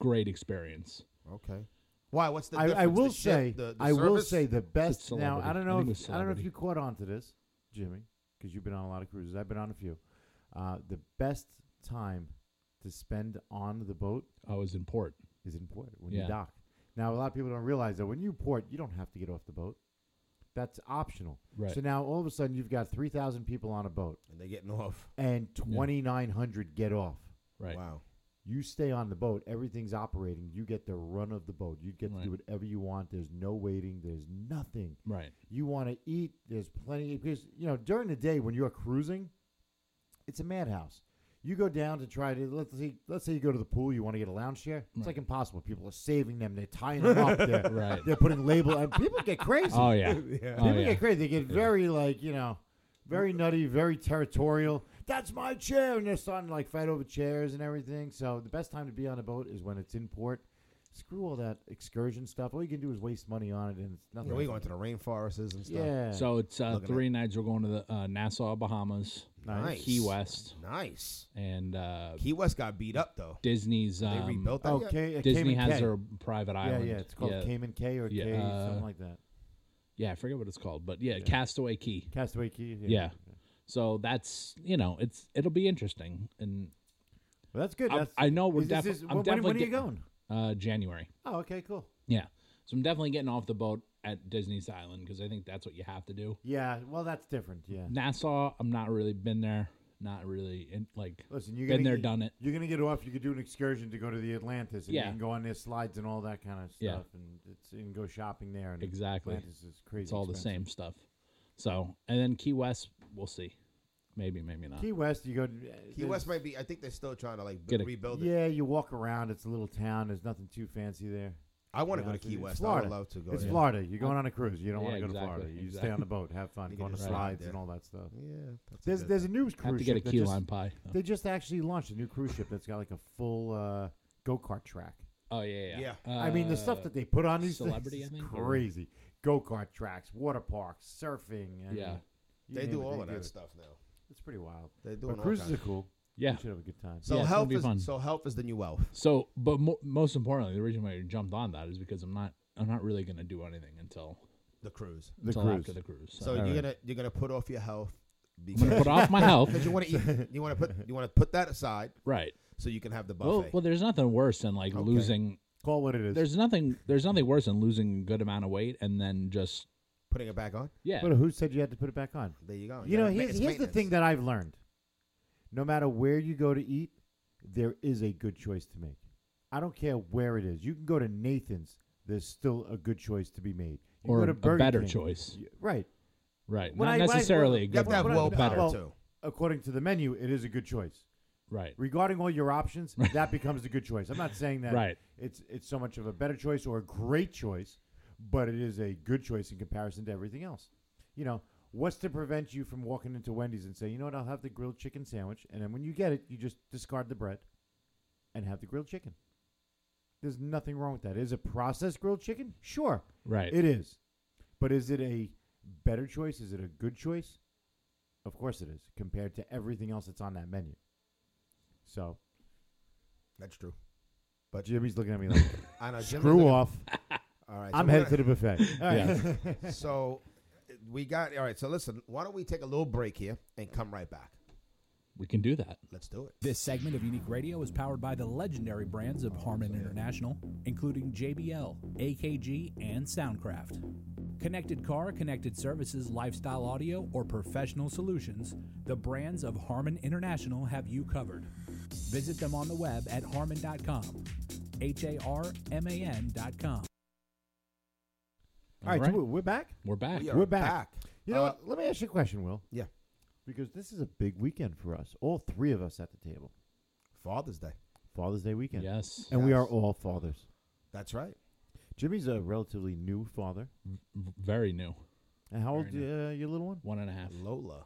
[SPEAKER 3] great experience.
[SPEAKER 2] Okay. Why? What's the
[SPEAKER 4] I,
[SPEAKER 2] difference?
[SPEAKER 4] I will
[SPEAKER 2] The ship,
[SPEAKER 4] say,
[SPEAKER 2] the, the
[SPEAKER 4] I will
[SPEAKER 2] service?
[SPEAKER 4] say the best. Now
[SPEAKER 3] celebrity.
[SPEAKER 4] I
[SPEAKER 3] I
[SPEAKER 4] don't know,
[SPEAKER 3] think it
[SPEAKER 4] if,
[SPEAKER 3] was
[SPEAKER 4] I don't know if
[SPEAKER 3] celebrity.
[SPEAKER 4] you caught on to this, Jimmy, because you've been on a lot of cruises. I've been on a few. Uh, the best time to spend on the boat
[SPEAKER 3] I was in port.
[SPEAKER 4] is in port when
[SPEAKER 3] Yeah.
[SPEAKER 4] you dock. Now a lot of people don't realize that when you port, you don't have to get off the boat. That's optional.
[SPEAKER 3] Right.
[SPEAKER 4] So now all of a sudden you've got three thousand people on a boat
[SPEAKER 2] and they're getting off.
[SPEAKER 4] and twenty nine hundred get off.
[SPEAKER 3] Right.
[SPEAKER 2] Wow.
[SPEAKER 4] You stay on the boat. Everything's operating. You get the run of the boat. You get
[SPEAKER 3] Right.
[SPEAKER 4] to do whatever you want. There's no waiting. There's nothing.
[SPEAKER 3] Right.
[SPEAKER 4] You want to eat. There's plenty because you know during the day when you're cruising, it's a madhouse. You go down to try to let's say let's say you go to the pool. You want to get a lounge chair. It's like impossible. People are saving them. They're tying them up. They're,
[SPEAKER 3] Right.
[SPEAKER 4] they're putting label. And people get crazy.
[SPEAKER 3] Oh yeah. Oh,
[SPEAKER 4] People
[SPEAKER 3] yeah.
[SPEAKER 4] get crazy. They get very like you know, very nutty, very territorial. That's my chair, and they're starting to like fight over chairs and everything. So the best time to be on a boat is when it's in port. Screw all that excursion stuff. All you can do is waste money on it, and it's nothing.
[SPEAKER 2] Yeah, we going to the rainforests and stuff.
[SPEAKER 4] yeah.
[SPEAKER 3] So it's uh,
[SPEAKER 2] Looking at-
[SPEAKER 3] three nights. We're going to the uh, Nassau, Bahamas,
[SPEAKER 2] Nice.
[SPEAKER 3] Key West,
[SPEAKER 2] Nice.
[SPEAKER 3] and uh,
[SPEAKER 2] Key West got beat up though.
[SPEAKER 3] Disney's.
[SPEAKER 2] They
[SPEAKER 3] Um,
[SPEAKER 2] rebuilt that.
[SPEAKER 4] oh,
[SPEAKER 2] yet?
[SPEAKER 4] K- uh,
[SPEAKER 3] Disney
[SPEAKER 4] Cayman
[SPEAKER 3] has
[SPEAKER 4] K.
[SPEAKER 3] their private
[SPEAKER 4] yeah,
[SPEAKER 3] island.
[SPEAKER 4] yeah. It's called
[SPEAKER 3] yeah.
[SPEAKER 4] Cayman K or
[SPEAKER 3] Yeah,
[SPEAKER 4] K,
[SPEAKER 3] uh,
[SPEAKER 4] something like that.
[SPEAKER 3] Yeah, I forget what it's called, but yeah, Castaway Key.
[SPEAKER 4] Castaway Key.
[SPEAKER 3] Yeah. So that's you know it's it'll be interesting and
[SPEAKER 4] Well, that's good.
[SPEAKER 3] I'm-
[SPEAKER 4] That's,
[SPEAKER 3] I know we're
[SPEAKER 4] is this-
[SPEAKER 3] defi-
[SPEAKER 4] is-
[SPEAKER 3] I'm
[SPEAKER 4] when- when-
[SPEAKER 3] definitely
[SPEAKER 4] When are you
[SPEAKER 3] get-
[SPEAKER 4] going?
[SPEAKER 3] uh, January.
[SPEAKER 4] Oh, okay, cool.
[SPEAKER 3] Yeah. So I'm definitely getting off the boat at Disney's Island because I think that's what you have to do.
[SPEAKER 4] Yeah. Well, that's different. Yeah.
[SPEAKER 3] Nassau, I'm not really been there. Not really in, like
[SPEAKER 4] Listen, you're
[SPEAKER 3] been
[SPEAKER 4] gonna
[SPEAKER 3] there,
[SPEAKER 4] get-
[SPEAKER 3] done it.
[SPEAKER 4] You're gonna get off. You could do an excursion to go to the Atlantis, and
[SPEAKER 3] Yeah.
[SPEAKER 4] you can go on their slides and all that kind of stuff,
[SPEAKER 3] Yeah.
[SPEAKER 4] and it's, you can go shopping there. And
[SPEAKER 3] Exactly.
[SPEAKER 4] Atlantis is crazy.
[SPEAKER 3] It's all the same
[SPEAKER 4] expensive.
[SPEAKER 3] stuff. So and then Key West, we'll see. Maybe, maybe not.
[SPEAKER 4] Key West, you go. to-
[SPEAKER 2] Key
[SPEAKER 4] there's-
[SPEAKER 2] West might be. I think they're still trying to like b-
[SPEAKER 3] Get a-
[SPEAKER 2] rebuild it.
[SPEAKER 4] Yeah, you walk around. It's a little town. There's nothing too fancy there.
[SPEAKER 2] I want to
[SPEAKER 4] Yeah,
[SPEAKER 2] go to
[SPEAKER 4] it's-
[SPEAKER 2] Key
[SPEAKER 4] it's
[SPEAKER 2] West. I
[SPEAKER 4] Florida.
[SPEAKER 2] would love to go.
[SPEAKER 4] It's
[SPEAKER 2] there.
[SPEAKER 4] Florida. You're going on a cruise. You don't
[SPEAKER 3] Yeah,
[SPEAKER 4] want to go
[SPEAKER 3] exactly,
[SPEAKER 4] to Florida. You
[SPEAKER 3] exactly.
[SPEAKER 4] stay on the boat, have fun,
[SPEAKER 2] You
[SPEAKER 4] go
[SPEAKER 2] can
[SPEAKER 4] on the
[SPEAKER 2] just ride
[SPEAKER 4] slides
[SPEAKER 2] there.
[SPEAKER 4] and all that stuff.
[SPEAKER 2] Yeah. that's a
[SPEAKER 4] There's
[SPEAKER 2] good-
[SPEAKER 4] there's a new cruise
[SPEAKER 3] I have to get a
[SPEAKER 4] ship that
[SPEAKER 3] key
[SPEAKER 4] just-
[SPEAKER 3] lime pie. though.
[SPEAKER 4] They just actually launched a new cruise ship that's got like a full uh, go kart track.
[SPEAKER 3] Oh yeah, yeah.
[SPEAKER 2] Yeah.
[SPEAKER 4] I mean, the stuff
[SPEAKER 3] Uh,
[SPEAKER 4] that they put on these
[SPEAKER 3] Celebrity,
[SPEAKER 4] things
[SPEAKER 3] I
[SPEAKER 4] is
[SPEAKER 3] think, or-
[SPEAKER 4] crazy. Go kart tracks, water parks, surfing. I
[SPEAKER 3] Yeah.
[SPEAKER 4] mean, you
[SPEAKER 2] They
[SPEAKER 4] name
[SPEAKER 2] do
[SPEAKER 4] it,
[SPEAKER 2] all of
[SPEAKER 4] do
[SPEAKER 2] that
[SPEAKER 4] it.
[SPEAKER 2] stuff now.
[SPEAKER 4] It's pretty wild.
[SPEAKER 2] They're doing
[SPEAKER 4] But
[SPEAKER 2] all
[SPEAKER 4] cruises
[SPEAKER 2] kinds
[SPEAKER 4] are
[SPEAKER 2] of-
[SPEAKER 4] cool.
[SPEAKER 3] Yeah.
[SPEAKER 4] you should have a good time.
[SPEAKER 2] So
[SPEAKER 3] Yeah, it's gonna
[SPEAKER 2] health
[SPEAKER 3] be
[SPEAKER 2] is
[SPEAKER 3] fun.
[SPEAKER 2] so health is the new wealth.
[SPEAKER 3] So, but mo- most importantly, the reason why I jumped on that is because I'm not I'm not really gonna do anything until
[SPEAKER 2] The cruise.
[SPEAKER 4] the
[SPEAKER 3] until after the cruise.
[SPEAKER 2] So you're gonna you're gonna put off your health
[SPEAKER 3] I'm gonna
[SPEAKER 2] because
[SPEAKER 3] put off my health.
[SPEAKER 2] 'cause you want to eat. You want to put you want to put that aside
[SPEAKER 3] Right.
[SPEAKER 2] so you can have the
[SPEAKER 3] Well,
[SPEAKER 2] buffet.
[SPEAKER 3] well, there's nothing worse than like losing.
[SPEAKER 4] Call what it is.
[SPEAKER 3] There's nothing. There's nothing worse than losing a good amount of weight and then just
[SPEAKER 2] Putting it back on.
[SPEAKER 3] yeah.
[SPEAKER 4] but who said you had to put it back on?
[SPEAKER 2] There Oh, you go.
[SPEAKER 4] You know,
[SPEAKER 2] gotta-
[SPEAKER 4] here's,
[SPEAKER 2] it's
[SPEAKER 4] here's the thing
[SPEAKER 2] maintenance.
[SPEAKER 4] that I've learned. No matter where you go to eat, there is a good choice to make. I don't care where it is. You can go to Nathan's. There's still a good choice to be made. You can
[SPEAKER 3] Or
[SPEAKER 4] go to
[SPEAKER 3] a
[SPEAKER 4] Burger
[SPEAKER 3] better
[SPEAKER 4] King.
[SPEAKER 3] choice.
[SPEAKER 4] Y- Right.
[SPEAKER 3] right.
[SPEAKER 4] when
[SPEAKER 3] Not
[SPEAKER 4] I- when I-
[SPEAKER 3] necessarily a
[SPEAKER 4] you
[SPEAKER 2] You have
[SPEAKER 3] good
[SPEAKER 2] to have
[SPEAKER 3] one,
[SPEAKER 4] Well,
[SPEAKER 3] but
[SPEAKER 2] willpower
[SPEAKER 3] better.
[SPEAKER 4] well-
[SPEAKER 2] too.
[SPEAKER 4] According to the menu, it is a good choice.
[SPEAKER 3] Right.
[SPEAKER 4] regarding all your options, that becomes a good choice. I'm not saying that
[SPEAKER 3] Right.
[SPEAKER 4] it's it's so much of a better choice or a great choice, but it is a good choice in comparison to everything else. You know, what's to prevent you from walking into Wendy's and saying, you know what, I'll have the grilled chicken sandwich, and then when you get it, you just discard the bread and have the grilled chicken. There's nothing wrong with that. Is it processed grilled chicken? Sure.
[SPEAKER 3] Right.
[SPEAKER 4] It is. But is it a better choice? Is it a good choice? Of course it is, compared to everything else that's on that menu. So
[SPEAKER 2] That's true.
[SPEAKER 4] Jimmy's looking at me like,
[SPEAKER 2] I know. Jim's
[SPEAKER 4] screw
[SPEAKER 2] looking-
[SPEAKER 4] off.
[SPEAKER 2] All right. so
[SPEAKER 4] I'm
[SPEAKER 2] we're
[SPEAKER 4] headed
[SPEAKER 2] gonna-
[SPEAKER 4] to the buffet. All right.
[SPEAKER 3] Yeah.
[SPEAKER 2] So we got all right. So listen, why don't we take a little break here and come right back?
[SPEAKER 3] We can do that.
[SPEAKER 2] Let's do it.
[SPEAKER 5] This segment of Unique Radio is powered by the legendary brands of Harman International, including JBL, AKG, and Soundcraft. Connected car, connected services, lifestyle audio, or professional solutions, the brands of Harman International have you covered. Visit them on the web at harman.com. H A R M A N.com.
[SPEAKER 4] All right,
[SPEAKER 3] Alright.
[SPEAKER 4] so we're back.
[SPEAKER 3] We're back.
[SPEAKER 2] We are
[SPEAKER 4] We're back. You know
[SPEAKER 2] Uh,
[SPEAKER 4] what? Let me ask you a question, Will.
[SPEAKER 2] Yeah,
[SPEAKER 4] Because this is a big weekend for us. All three of us at the table.
[SPEAKER 2] Father's Day.
[SPEAKER 4] Father's Day weekend.
[SPEAKER 3] Yes.
[SPEAKER 4] And we
[SPEAKER 2] Yes.
[SPEAKER 4] are all fathers.
[SPEAKER 2] That's right.
[SPEAKER 4] Jimmy's a relatively new father.
[SPEAKER 3] V- Very new.
[SPEAKER 4] And how old
[SPEAKER 3] Very
[SPEAKER 4] uh, your little one?
[SPEAKER 3] One and a half.
[SPEAKER 2] Lola.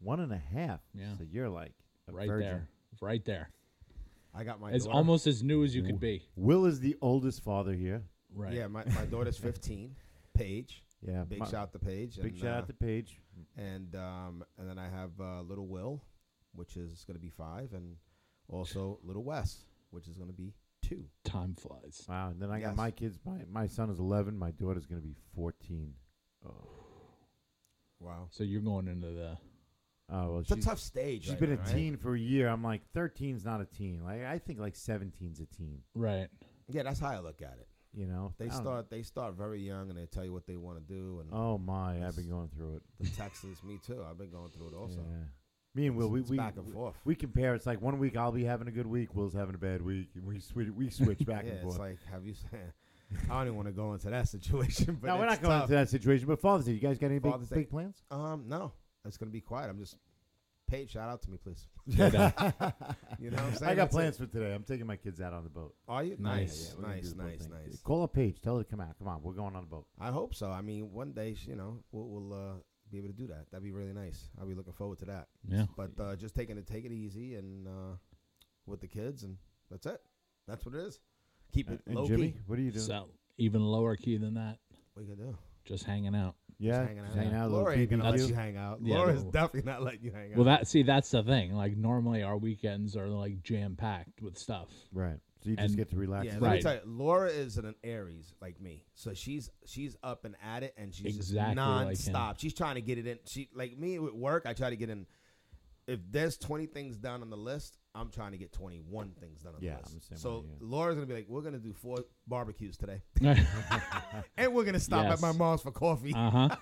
[SPEAKER 4] One and a half.
[SPEAKER 3] Yeah.
[SPEAKER 4] So you're like a
[SPEAKER 3] Right
[SPEAKER 4] virgin.
[SPEAKER 3] there. Right there.
[SPEAKER 2] I got my.
[SPEAKER 3] It's
[SPEAKER 2] daughter.
[SPEAKER 3] almost as new as you could be.
[SPEAKER 4] Will is the oldest father here.
[SPEAKER 3] Right.
[SPEAKER 2] Yeah, my, my daughter's 15. Paige.
[SPEAKER 4] Yeah.
[SPEAKER 2] Big
[SPEAKER 4] my-
[SPEAKER 2] shout out to Paige.
[SPEAKER 4] Big
[SPEAKER 2] and,
[SPEAKER 4] shout
[SPEAKER 2] uh,
[SPEAKER 4] out to Paige.
[SPEAKER 2] and um, and then I have uh, little Will, which is going to be five, and also little Wes, which is going to be two.
[SPEAKER 3] Time flies.
[SPEAKER 4] Wow. And then I got
[SPEAKER 2] Yes.
[SPEAKER 4] my kids. My, my son is 11. My daughter's going to be 14. Oh,
[SPEAKER 2] Wow,
[SPEAKER 3] So you're going into the
[SPEAKER 4] oh well,
[SPEAKER 2] it's a
[SPEAKER 4] she's,
[SPEAKER 2] tough stage.
[SPEAKER 4] she's
[SPEAKER 2] right
[SPEAKER 4] been
[SPEAKER 2] now,
[SPEAKER 4] a
[SPEAKER 2] right?
[SPEAKER 4] teen for a year. I'm like, 13's not a teen. Like I think like 17's a teen.
[SPEAKER 3] right.
[SPEAKER 2] Yeah, that's how I look at it.
[SPEAKER 4] You know? I
[SPEAKER 2] They
[SPEAKER 4] don't-
[SPEAKER 2] start they start very young, and they tell you what they want to do, and
[SPEAKER 4] Oh, my. I've
[SPEAKER 2] It's-
[SPEAKER 4] been going through it.
[SPEAKER 2] the taxes. Me too. I've been going through it also.
[SPEAKER 4] Yeah. Me and Will, we,
[SPEAKER 2] It's
[SPEAKER 4] we
[SPEAKER 2] back and
[SPEAKER 4] we-
[SPEAKER 2] forth.
[SPEAKER 4] We compare. It's like one week I'll be having a good week, Will's having a bad week, and we switch we switch back
[SPEAKER 2] yeah,
[SPEAKER 4] and
[SPEAKER 2] it's
[SPEAKER 4] forth.
[SPEAKER 2] like have you? I don't even want to go into that situation. But
[SPEAKER 4] no, we're not
[SPEAKER 2] it's
[SPEAKER 4] going
[SPEAKER 2] tough.
[SPEAKER 4] into that situation. But Father's Day, you guys got any big,
[SPEAKER 2] Father's Day.
[SPEAKER 4] big plans?
[SPEAKER 2] Um, no, it's gonna be quiet. I'm just Paige. Shout out to me, please. you know, what I'm saying
[SPEAKER 4] I got
[SPEAKER 2] That's
[SPEAKER 4] plans
[SPEAKER 2] it.
[SPEAKER 4] for today. I'm taking my kids out on the boat.
[SPEAKER 2] Are you nice,
[SPEAKER 4] Yeah, we're gonna do
[SPEAKER 2] nice,
[SPEAKER 4] the boat
[SPEAKER 2] nice,
[SPEAKER 4] thing.
[SPEAKER 2] nice?
[SPEAKER 4] Call up Paige. Tell her to come out. Come on, we're going on a boat.
[SPEAKER 2] I hope so. I mean, one day, sh- you know, we'll, we'll uh, be able to do that. That'd be really nice. I'll be looking forward to that.
[SPEAKER 3] Yeah.
[SPEAKER 2] But uh, just taking it, take it easy, and uh, with the kids, and that's it. That's what it is. Keep it
[SPEAKER 3] Uh,
[SPEAKER 4] And
[SPEAKER 2] low
[SPEAKER 4] Jimmy,
[SPEAKER 2] key.
[SPEAKER 4] what are you doing?
[SPEAKER 3] So even lower key than that.
[SPEAKER 2] What you gonna do?
[SPEAKER 3] Just hanging out.
[SPEAKER 4] yeah,
[SPEAKER 2] hanging
[SPEAKER 4] just
[SPEAKER 2] out.
[SPEAKER 4] hanging out. a little
[SPEAKER 2] Laura ain't gonna let
[SPEAKER 4] BBQ.
[SPEAKER 2] you hang out.
[SPEAKER 3] Yeah,
[SPEAKER 2] Laura's
[SPEAKER 3] no.
[SPEAKER 2] definitely not letting you hang
[SPEAKER 3] Well,
[SPEAKER 2] out.
[SPEAKER 3] that see, that's the thing. Like normally our weekends are like jam packed with stuff.
[SPEAKER 4] Right. So you just
[SPEAKER 3] And-
[SPEAKER 4] get to relax.
[SPEAKER 2] yeah,
[SPEAKER 4] and
[SPEAKER 2] let me
[SPEAKER 3] Right.
[SPEAKER 2] tell you, Laura is an Aries like me, so she's she's up and at it, and she's
[SPEAKER 3] Exactly like him.
[SPEAKER 2] just nonstop. she's trying to get it in. She like me with work. I try to get in. If there's 20 things down on the list, I'm trying to get 21 things done on
[SPEAKER 4] Yeah,
[SPEAKER 2] the list.
[SPEAKER 4] I'm the same
[SPEAKER 2] so
[SPEAKER 4] way, yeah.
[SPEAKER 2] Laura's gonna be like, "We're gonna do four barbecues today,
[SPEAKER 3] uh
[SPEAKER 2] and we're gonna stop
[SPEAKER 3] Yes.
[SPEAKER 2] at my mom's for coffee."
[SPEAKER 4] Uh,
[SPEAKER 3] huh.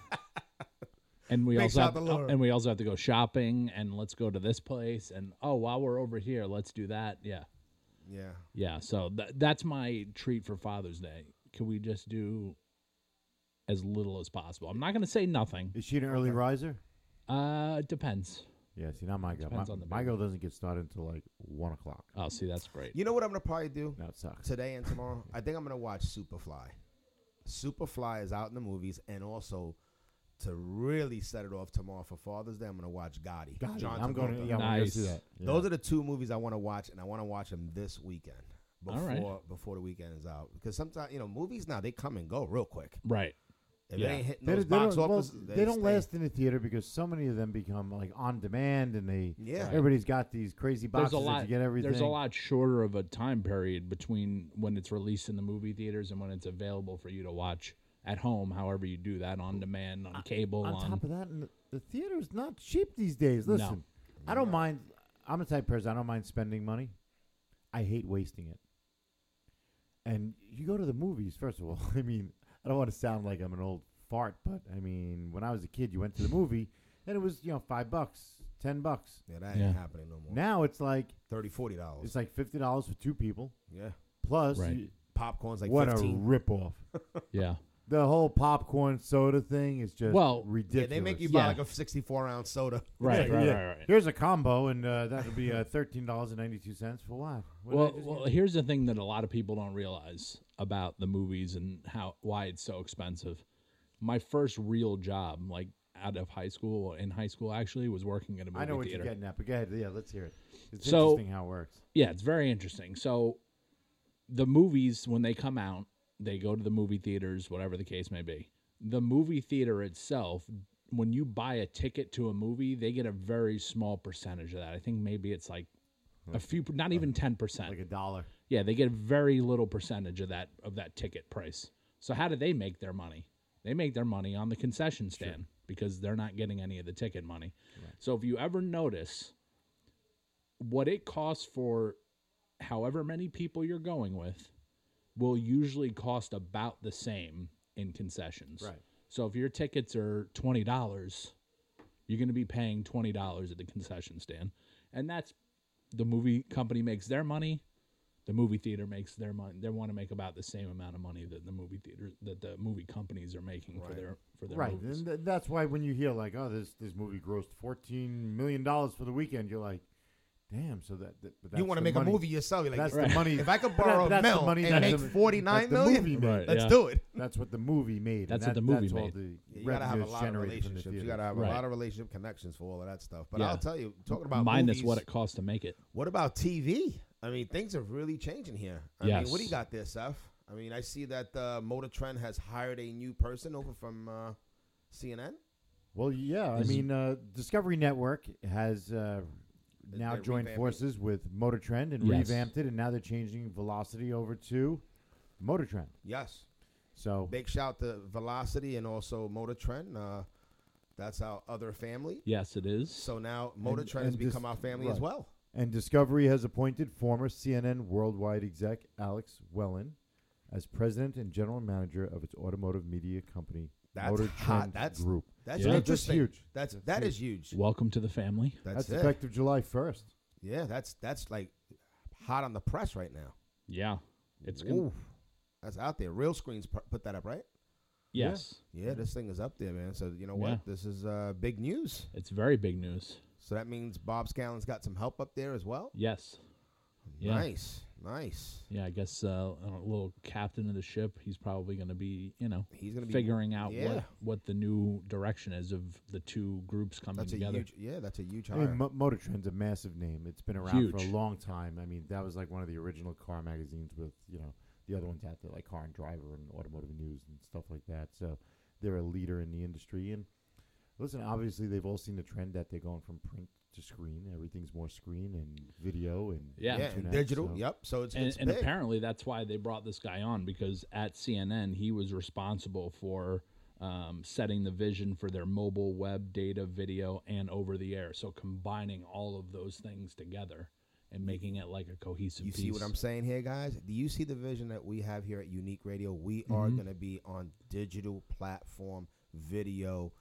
[SPEAKER 3] And we
[SPEAKER 2] Big
[SPEAKER 3] also
[SPEAKER 2] shout
[SPEAKER 3] have,
[SPEAKER 2] to Laura.
[SPEAKER 3] and we also have to go shopping and let's go to this place and oh while we're over here let's do that yeah
[SPEAKER 2] yeah,
[SPEAKER 3] yeah so th- that's my treat for Father's Day can we just do as little as possible I'm not gonna say nothing
[SPEAKER 4] Is she an early riser?
[SPEAKER 3] uh it depends
[SPEAKER 4] Yeah. See, not my girl. My,
[SPEAKER 3] Depends on the
[SPEAKER 4] my girl doesn't get started until like one o'clock.
[SPEAKER 3] oh see that's great
[SPEAKER 2] you know what I'm gonna probably do
[SPEAKER 4] Now it sucks.
[SPEAKER 2] today and tomorrow? I think I'm gonna watch Superfly. Superfly is out in the movies, and also to really set it off tomorrow for Father's Day, I'm gonna watch Gotti.
[SPEAKER 4] God,
[SPEAKER 2] John
[SPEAKER 4] I'm going.
[SPEAKER 2] Travolta.
[SPEAKER 4] To, yeah, I'm going to see
[SPEAKER 3] Nice.
[SPEAKER 4] that. Yeah.
[SPEAKER 2] Those are the two movies I want to watch, and I want to watch them this weekend
[SPEAKER 3] All
[SPEAKER 2] before
[SPEAKER 3] right.
[SPEAKER 2] before the weekend is out. Because sometimes you know movies now they come and go real quick.
[SPEAKER 3] right
[SPEAKER 2] If
[SPEAKER 3] Yeah.
[SPEAKER 2] they ain't hitting
[SPEAKER 4] They,
[SPEAKER 2] those
[SPEAKER 4] don't- they
[SPEAKER 2] box
[SPEAKER 4] don't, well,
[SPEAKER 2] office,
[SPEAKER 4] they don't
[SPEAKER 2] stay.
[SPEAKER 4] last in the theater because so many of them become like on demand, and they
[SPEAKER 2] Yeah.
[SPEAKER 4] everybody's got these crazy boxes
[SPEAKER 3] there's a lot
[SPEAKER 4] that you get everything.
[SPEAKER 3] there's a lot shorter of a time period between when it's released in the movie theaters and when it's available for you to watch at home however you do that on demand on cable
[SPEAKER 4] Uh, On
[SPEAKER 3] on,
[SPEAKER 4] top of that, and the, the theater is not cheap these days. Listen, I don't mind. I'm a type of person. I don't mind spending money. I hate wasting it. And you go to the movies first of all. I mean, I don't want to sound like I'm an old fart, but I mean, when I was a kid, you went to the movie, and it was you know five bucks, ten bucks.
[SPEAKER 2] Yeah, that ain't
[SPEAKER 3] Yeah.
[SPEAKER 2] happening no more.
[SPEAKER 4] Now it's like
[SPEAKER 2] Thirty, forty dollars.
[SPEAKER 4] It's like fifty dollars for two people.
[SPEAKER 2] Yeah,
[SPEAKER 4] Plus,
[SPEAKER 3] Right.
[SPEAKER 4] you-
[SPEAKER 2] popcorn's like
[SPEAKER 4] what a
[SPEAKER 2] fifteen.
[SPEAKER 4] ripoff!
[SPEAKER 3] yeah
[SPEAKER 4] the whole popcorn soda thing is just
[SPEAKER 3] Well- Yeah,
[SPEAKER 2] yeah,
[SPEAKER 4] ridiculous.
[SPEAKER 2] they make you
[SPEAKER 3] Yeah.
[SPEAKER 2] buy like a sixty-four ounce soda.
[SPEAKER 3] right
[SPEAKER 4] Yeah,
[SPEAKER 3] right,
[SPEAKER 4] yeah.
[SPEAKER 3] right right
[SPEAKER 4] Here's a combo, and uh, that would be uh, thirteen dollars and ninety two cents for what? What did I
[SPEAKER 3] well,
[SPEAKER 4] just
[SPEAKER 3] well
[SPEAKER 4] get?
[SPEAKER 3] here's the thing that a lot of people don't realize about the movies and how why it's so expensive my first real job like out of high school in high school actually was working at a movie
[SPEAKER 4] I know what
[SPEAKER 3] theater
[SPEAKER 4] you're getting at, but go ahead. Yeah, let's hear it. It's
[SPEAKER 3] So-
[SPEAKER 4] interesting how it works.
[SPEAKER 3] Yeah, it's very interesting. So the movies when they come out, they go to the movie theaters, whatever the case may be. The movie theater itself, when you buy a ticket to a movie, they get a very small percentage of that. I think maybe it's like a few not even 10%.
[SPEAKER 4] Like a dollar.
[SPEAKER 3] yeah, they get a very little percentage of that of that ticket price. So how do they make their money? They make their money on the concession stand because they're not getting any of the ticket money. So if you ever notice what it costs for however many people you're going with will usually cost about the same in concessions.
[SPEAKER 4] Right.
[SPEAKER 3] So if your tickets are twenty dollars, you're going to be paying twenty dollars at the concession stand, and that's the movie company makes their money. The movie theater makes their money. They want to make about the same amount of money that the movie theater that the movie companies are making for their for their
[SPEAKER 4] Right.
[SPEAKER 3] movies.
[SPEAKER 4] And th- that's why when you hear like, oh, this this movie grossed fourteen million dollars for the weekend, you're like, damn. So that, that but that's
[SPEAKER 2] you want to
[SPEAKER 4] the
[SPEAKER 2] make
[SPEAKER 4] money-
[SPEAKER 2] a movie yourself? You're like,
[SPEAKER 4] That's
[SPEAKER 2] "This-
[SPEAKER 4] the money.
[SPEAKER 2] If I could
[SPEAKER 4] but that-
[SPEAKER 2] borrow
[SPEAKER 4] that's
[SPEAKER 2] a
[SPEAKER 4] the
[SPEAKER 2] mil
[SPEAKER 4] money
[SPEAKER 2] and
[SPEAKER 4] that
[SPEAKER 2] make
[SPEAKER 4] the- that
[SPEAKER 2] forty nine
[SPEAKER 4] the
[SPEAKER 2] million,
[SPEAKER 4] movie made.
[SPEAKER 3] Right.
[SPEAKER 2] let's
[SPEAKER 3] yeah.
[SPEAKER 2] do it.
[SPEAKER 4] That's what the movie made.
[SPEAKER 3] That's
[SPEAKER 4] and
[SPEAKER 3] what the
[SPEAKER 4] that-
[SPEAKER 3] movie
[SPEAKER 4] that's all
[SPEAKER 3] made.
[SPEAKER 4] the
[SPEAKER 2] You gotta have a
[SPEAKER 4] revenues
[SPEAKER 2] lot of
[SPEAKER 4] generated from the
[SPEAKER 2] relationships. You
[SPEAKER 4] theater.
[SPEAKER 2] gotta have
[SPEAKER 3] Right.
[SPEAKER 2] a lot of relationship connections for all of that stuff. But
[SPEAKER 3] Yeah.
[SPEAKER 2] I'll tell you, talking about
[SPEAKER 3] minus
[SPEAKER 2] movies,
[SPEAKER 3] what it costs to make it.
[SPEAKER 2] What about TV? I mean, things are really changing here. I mean, what do
[SPEAKER 3] Yes.
[SPEAKER 2] you got there, Seth? I mean, I see that uh, Motor Trend has hired a new person over from uh, CNN.
[SPEAKER 4] Well, yeah. I
[SPEAKER 3] Is-
[SPEAKER 4] mean, uh, Discovery Network has uh, now
[SPEAKER 2] they're
[SPEAKER 4] joined
[SPEAKER 2] revamping it?
[SPEAKER 4] forces with Motor Trend and
[SPEAKER 3] Yes.
[SPEAKER 4] revamped it, and now they're changing Velocity over to Motor Trend.
[SPEAKER 2] Yes.
[SPEAKER 4] So
[SPEAKER 2] Big shout to Velocity and also Motor Trend. Uh, that's our other family.
[SPEAKER 3] Yes, it is.
[SPEAKER 2] So now Motor
[SPEAKER 4] And-
[SPEAKER 2] Trend
[SPEAKER 4] and
[SPEAKER 2] has
[SPEAKER 4] just-
[SPEAKER 2] become our family as
[SPEAKER 4] right.
[SPEAKER 2] well.
[SPEAKER 4] And Discovery has appointed former CNN worldwide exec Alex Wellen as president and general manager of its automotive media company,
[SPEAKER 2] That's
[SPEAKER 4] Motor
[SPEAKER 2] hot.
[SPEAKER 4] Trend
[SPEAKER 2] That's-
[SPEAKER 4] Group.
[SPEAKER 2] That's
[SPEAKER 3] Yeah. That's
[SPEAKER 2] interesting.
[SPEAKER 4] huge.
[SPEAKER 2] That's
[SPEAKER 4] That's
[SPEAKER 2] that
[SPEAKER 4] huge.
[SPEAKER 2] is huge.
[SPEAKER 3] Welcome to the family.
[SPEAKER 2] That's, it.
[SPEAKER 4] effective July 1st.
[SPEAKER 2] Yeah, that's that's like hot on the press right now.
[SPEAKER 3] Yeah, it's gonna,
[SPEAKER 2] Oof. that's out there. Real screens pu- put that up, right?
[SPEAKER 3] yes,
[SPEAKER 2] Yeah, this thing is up there, man. So you know what?
[SPEAKER 3] Yeah.
[SPEAKER 2] This is uh, big news.
[SPEAKER 3] it's very big news.
[SPEAKER 2] So that means Bob Scanlon's got some help up there as well.
[SPEAKER 3] Yes, Yeah.
[SPEAKER 2] Nice, nice.
[SPEAKER 3] yeah. I guess uh, a little captain of the ship. He's probably going to be, you know,
[SPEAKER 2] He's gonna be
[SPEAKER 3] figuring out
[SPEAKER 2] yeah.
[SPEAKER 3] what what the new direction is of the two groups coming
[SPEAKER 2] That's a
[SPEAKER 3] together.
[SPEAKER 2] huge. Yeah, that's a huge
[SPEAKER 4] I
[SPEAKER 2] hire.
[SPEAKER 4] mean, Mo- Motor Trend's a massive name. It's been around for a
[SPEAKER 3] Huge.
[SPEAKER 4] long time. I mean, that was like one of the original car magazines with, you know, the other ones out there, like Car and Driver and Automotive News and stuff like that. So they're a leader in the industry. And listen, obviously, they've all seen the trend that they're going from print to screen. Everything's more screen and video and
[SPEAKER 3] Yeah.
[SPEAKER 2] yeah, and
[SPEAKER 4] internet,
[SPEAKER 2] digital.
[SPEAKER 4] so-
[SPEAKER 2] Yep. So it's
[SPEAKER 3] and,
[SPEAKER 2] it's
[SPEAKER 3] and
[SPEAKER 2] big.
[SPEAKER 3] apparently that's why they brought this guy on because at CNN he was responsible for um, setting the vision for their mobile web data, video, and over the air. So combining all of those things together and making it like a cohesive
[SPEAKER 2] you
[SPEAKER 3] piece.
[SPEAKER 2] see what I'm saying here, guys? Do you see the vision that we have here at Unique Radio? We are
[SPEAKER 4] Mm-hmm.
[SPEAKER 2] going to be on digital platform, video,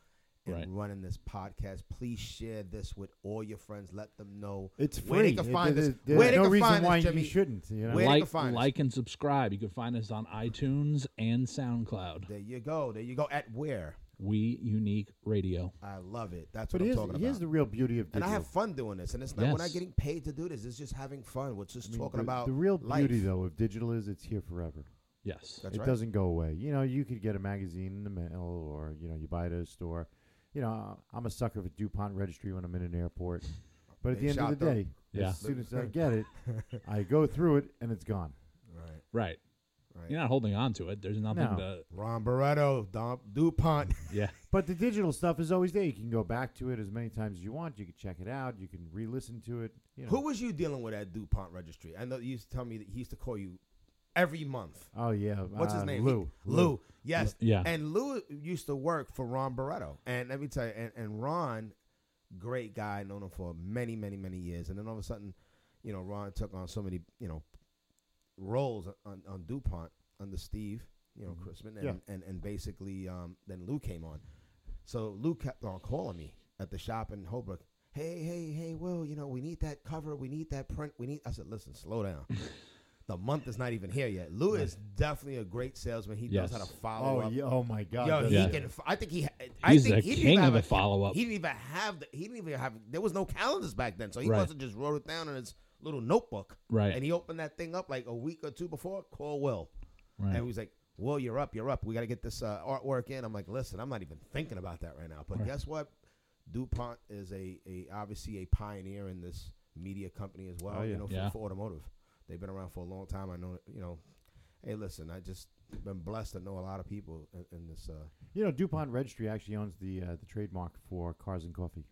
[SPEAKER 2] and
[SPEAKER 3] Right.
[SPEAKER 2] running this podcast. Please share this with all your friends. Let them know
[SPEAKER 4] It's free.
[SPEAKER 2] where they can
[SPEAKER 4] It-
[SPEAKER 2] find
[SPEAKER 4] there-
[SPEAKER 2] this.
[SPEAKER 4] There's
[SPEAKER 2] where they
[SPEAKER 4] no
[SPEAKER 2] can
[SPEAKER 4] reason
[SPEAKER 2] find
[SPEAKER 4] why
[SPEAKER 2] us, Jimmy.
[SPEAKER 4] you shouldn't. You
[SPEAKER 2] Where-
[SPEAKER 4] know,
[SPEAKER 2] they can
[SPEAKER 3] like,
[SPEAKER 2] find us?
[SPEAKER 3] like, and subscribe. You can find us on iTunes and SoundCloud.
[SPEAKER 2] There you go. There you go. At where?
[SPEAKER 3] We Unique Radio.
[SPEAKER 2] I love it. That's
[SPEAKER 4] but
[SPEAKER 2] what I'm
[SPEAKER 4] here's,
[SPEAKER 2] talking
[SPEAKER 4] here's
[SPEAKER 2] about.
[SPEAKER 4] the real beauty of digital.
[SPEAKER 2] and I have fun doing this, and it's not we're
[SPEAKER 3] Yes.
[SPEAKER 2] not getting paid to do this. It's just having fun. We're just
[SPEAKER 4] I mean,
[SPEAKER 2] talking
[SPEAKER 4] the,
[SPEAKER 2] about
[SPEAKER 4] the real
[SPEAKER 2] life.
[SPEAKER 4] beauty though of digital is it's here forever.
[SPEAKER 3] Yes.
[SPEAKER 2] That's
[SPEAKER 4] it
[SPEAKER 2] right.
[SPEAKER 4] doesn't go away. You know, you could get a magazine in the mail, or you know, you buy it at a store. You know, uh, I'm a sucker for DuPont registry when I'm in an airport. But at
[SPEAKER 2] Big
[SPEAKER 4] the end of
[SPEAKER 2] shot,
[SPEAKER 4] the
[SPEAKER 2] though.
[SPEAKER 4] day,
[SPEAKER 3] Yeah.
[SPEAKER 4] as soon as I get it, I go through it and it's gone.
[SPEAKER 2] Right.
[SPEAKER 3] Right.
[SPEAKER 2] Right.
[SPEAKER 3] You're not holding on to it. There's nothing
[SPEAKER 4] No.
[SPEAKER 3] to.
[SPEAKER 2] Ron Barretto, Dom, DuPont.
[SPEAKER 3] Yeah.
[SPEAKER 4] But the digital stuff is always there. You can go back to it as many times as you want. You can check it out. You can re-listen to it. You know.
[SPEAKER 2] Who was you dealing with at DuPont Registry? I know you used to tell me that he used to call you every month.
[SPEAKER 4] Oh yeah.
[SPEAKER 2] What's his
[SPEAKER 4] uh,
[SPEAKER 2] name?
[SPEAKER 4] Lou.
[SPEAKER 2] He- Lou. Yes.
[SPEAKER 3] Lou, yeah.
[SPEAKER 2] And Lou used to work for Ron Barretto. And let me tell you, and, and Ron, great guy, known him for many, many, many years. And then all of a sudden, you know, Ron took on so many, you know, roles on, on DuPont under Steve, you know, Chrisman, and,
[SPEAKER 4] Mm-hmm. Yeah.
[SPEAKER 2] and, and basically um, then Lou came on. So Lou kept on calling me at the shop in Holbrook. Hey, hey, hey, Will, you know, we need that cover. We need that print. We need. I said, listen, slow down. the month is not even here yet. Lou is definitely a great salesman. He knows how
[SPEAKER 3] Yes.
[SPEAKER 2] to follow
[SPEAKER 4] Oh,
[SPEAKER 2] up.
[SPEAKER 4] yeah, oh my God.
[SPEAKER 2] Yo,
[SPEAKER 4] that's
[SPEAKER 2] he
[SPEAKER 3] Yeah.
[SPEAKER 2] can. f- I think he. I
[SPEAKER 3] He's
[SPEAKER 2] think
[SPEAKER 3] the
[SPEAKER 2] he didn't
[SPEAKER 3] king
[SPEAKER 2] even
[SPEAKER 3] of
[SPEAKER 2] have
[SPEAKER 3] the
[SPEAKER 2] a-
[SPEAKER 3] follow-up.
[SPEAKER 2] He didn't even have. The, he didn't even have. There was no calendars back then, so he
[SPEAKER 3] Right.
[SPEAKER 2] must have just wrote it down in his little notebook.
[SPEAKER 3] Right.
[SPEAKER 2] And he opened that thing up like a week or two before. Call Will,
[SPEAKER 3] Right.
[SPEAKER 2] and he was like, "Will, you're up. You're up. We got to get this uh, artwork in." I'm like, "Listen, I'm not even thinking about that right now." But guess what? DuPont is a, a obviously a pioneer in this media company as well.
[SPEAKER 4] Oh, yeah.
[SPEAKER 2] You know, for,
[SPEAKER 3] Yeah.
[SPEAKER 2] for automotive, they've been around for a long time. I know. You know, hey, listen, I just been blessed to know a lot of people in, in this. Uh,
[SPEAKER 4] You know, DuPont Registry actually owns the uh, the trademark for Cars and Coffee.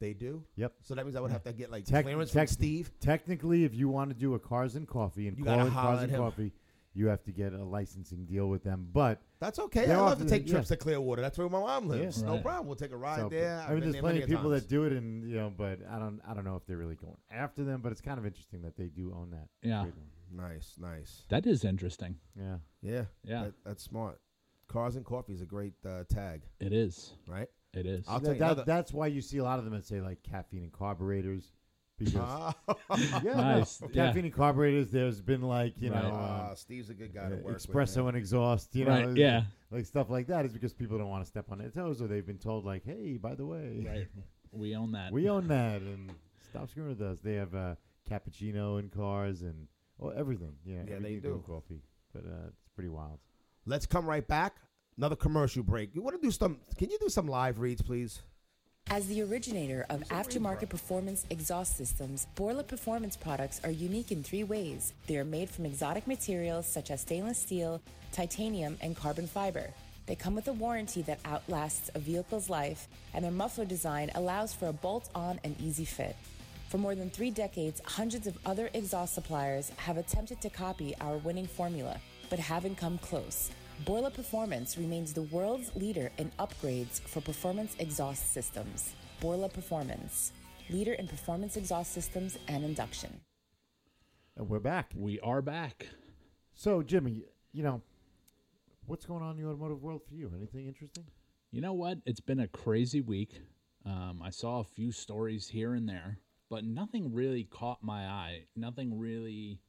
[SPEAKER 2] They do.
[SPEAKER 4] Yep.
[SPEAKER 2] So that means I would have to get like
[SPEAKER 4] Tec-
[SPEAKER 2] clearance
[SPEAKER 4] tec-
[SPEAKER 2] from Steve.
[SPEAKER 4] Technically, if you want to do a Cars and Coffee and
[SPEAKER 2] You
[SPEAKER 4] call
[SPEAKER 2] gotta
[SPEAKER 4] it
[SPEAKER 2] holler
[SPEAKER 4] Cars
[SPEAKER 2] at
[SPEAKER 4] and
[SPEAKER 2] him.
[SPEAKER 4] Coffee, you have to get a licensing deal with them. But
[SPEAKER 2] That's okay.
[SPEAKER 4] They're
[SPEAKER 2] I love to
[SPEAKER 4] often-
[SPEAKER 2] take
[SPEAKER 4] yeah.
[SPEAKER 2] trips to Clearwater. That's where my mom lives.
[SPEAKER 4] Yeah.
[SPEAKER 2] No
[SPEAKER 3] Right.
[SPEAKER 2] problem. We'll take a ride
[SPEAKER 4] so-
[SPEAKER 2] there.
[SPEAKER 4] I mean, there's plenty of people
[SPEAKER 2] that
[SPEAKER 4] that do it, and you know, but I don't, I don't know if they're really going after them. But it's kind of interesting that they do own that.
[SPEAKER 3] Yeah.
[SPEAKER 4] trademark.
[SPEAKER 2] Nice, nice.
[SPEAKER 3] That is interesting.
[SPEAKER 4] yeah.
[SPEAKER 2] Yeah,
[SPEAKER 3] Yeah.
[SPEAKER 2] that- that's smart. Cars and coffee is a great uh, tag,
[SPEAKER 3] It is.
[SPEAKER 2] right?
[SPEAKER 3] It is.
[SPEAKER 2] I'll
[SPEAKER 4] Th-
[SPEAKER 2] tell you
[SPEAKER 4] that-
[SPEAKER 2] another-
[SPEAKER 4] that's why you see a lot of them that say like caffeine and carburetors, because
[SPEAKER 2] Ah,
[SPEAKER 4] yeah, no,
[SPEAKER 3] Nice, yeah.
[SPEAKER 4] caffeine and carburetors. There's been like you
[SPEAKER 3] Right.
[SPEAKER 4] know.
[SPEAKER 2] Ah,
[SPEAKER 4] um,
[SPEAKER 2] Steve's a good guy to
[SPEAKER 4] uh,
[SPEAKER 2] work
[SPEAKER 4] espresso
[SPEAKER 2] with.
[SPEAKER 4] and exhaust, you know,
[SPEAKER 3] Right,
[SPEAKER 4] it's-
[SPEAKER 3] yeah.
[SPEAKER 4] like stuff like that is because people don't want to step on their toes, or they've been told like, "Hey, by the way,
[SPEAKER 3] right. We own that.
[SPEAKER 4] we own that," and stop screwing with us. They have uh, cappuccino in cars and oh, everything. Yeah,
[SPEAKER 2] they
[SPEAKER 4] everything to do with
[SPEAKER 2] do.
[SPEAKER 4] coffee, but uh, it's pretty wild.
[SPEAKER 2] Let's come right back. Another commercial break. You want to do some? Can you do some live reads, please?
[SPEAKER 1] As the originator of aftermarket performance exhaust systems, Borla Performance products are unique in three ways. They are made from exotic materials such as stainless steel, titanium, and carbon fiber. They come with a warranty that outlasts a vehicle's life, and their muffler design allows for a bolt on and easy fit. For more than three decades, hundreds of other exhaust suppliers have attempted to copy our winning formula, but haven't come close. Borla Performance remains the world's leader in upgrades for performance exhaust systems. Borla Performance, leader in performance exhaust systems and induction.
[SPEAKER 4] And we're back.
[SPEAKER 3] We are back.
[SPEAKER 4] So, Jimmy, you know, what's going on in the automotive world for you? Anything interesting?
[SPEAKER 3] You know what? It's been a crazy week. Um, I saw a few stories here and there, but nothing really caught my eye. Nothing really.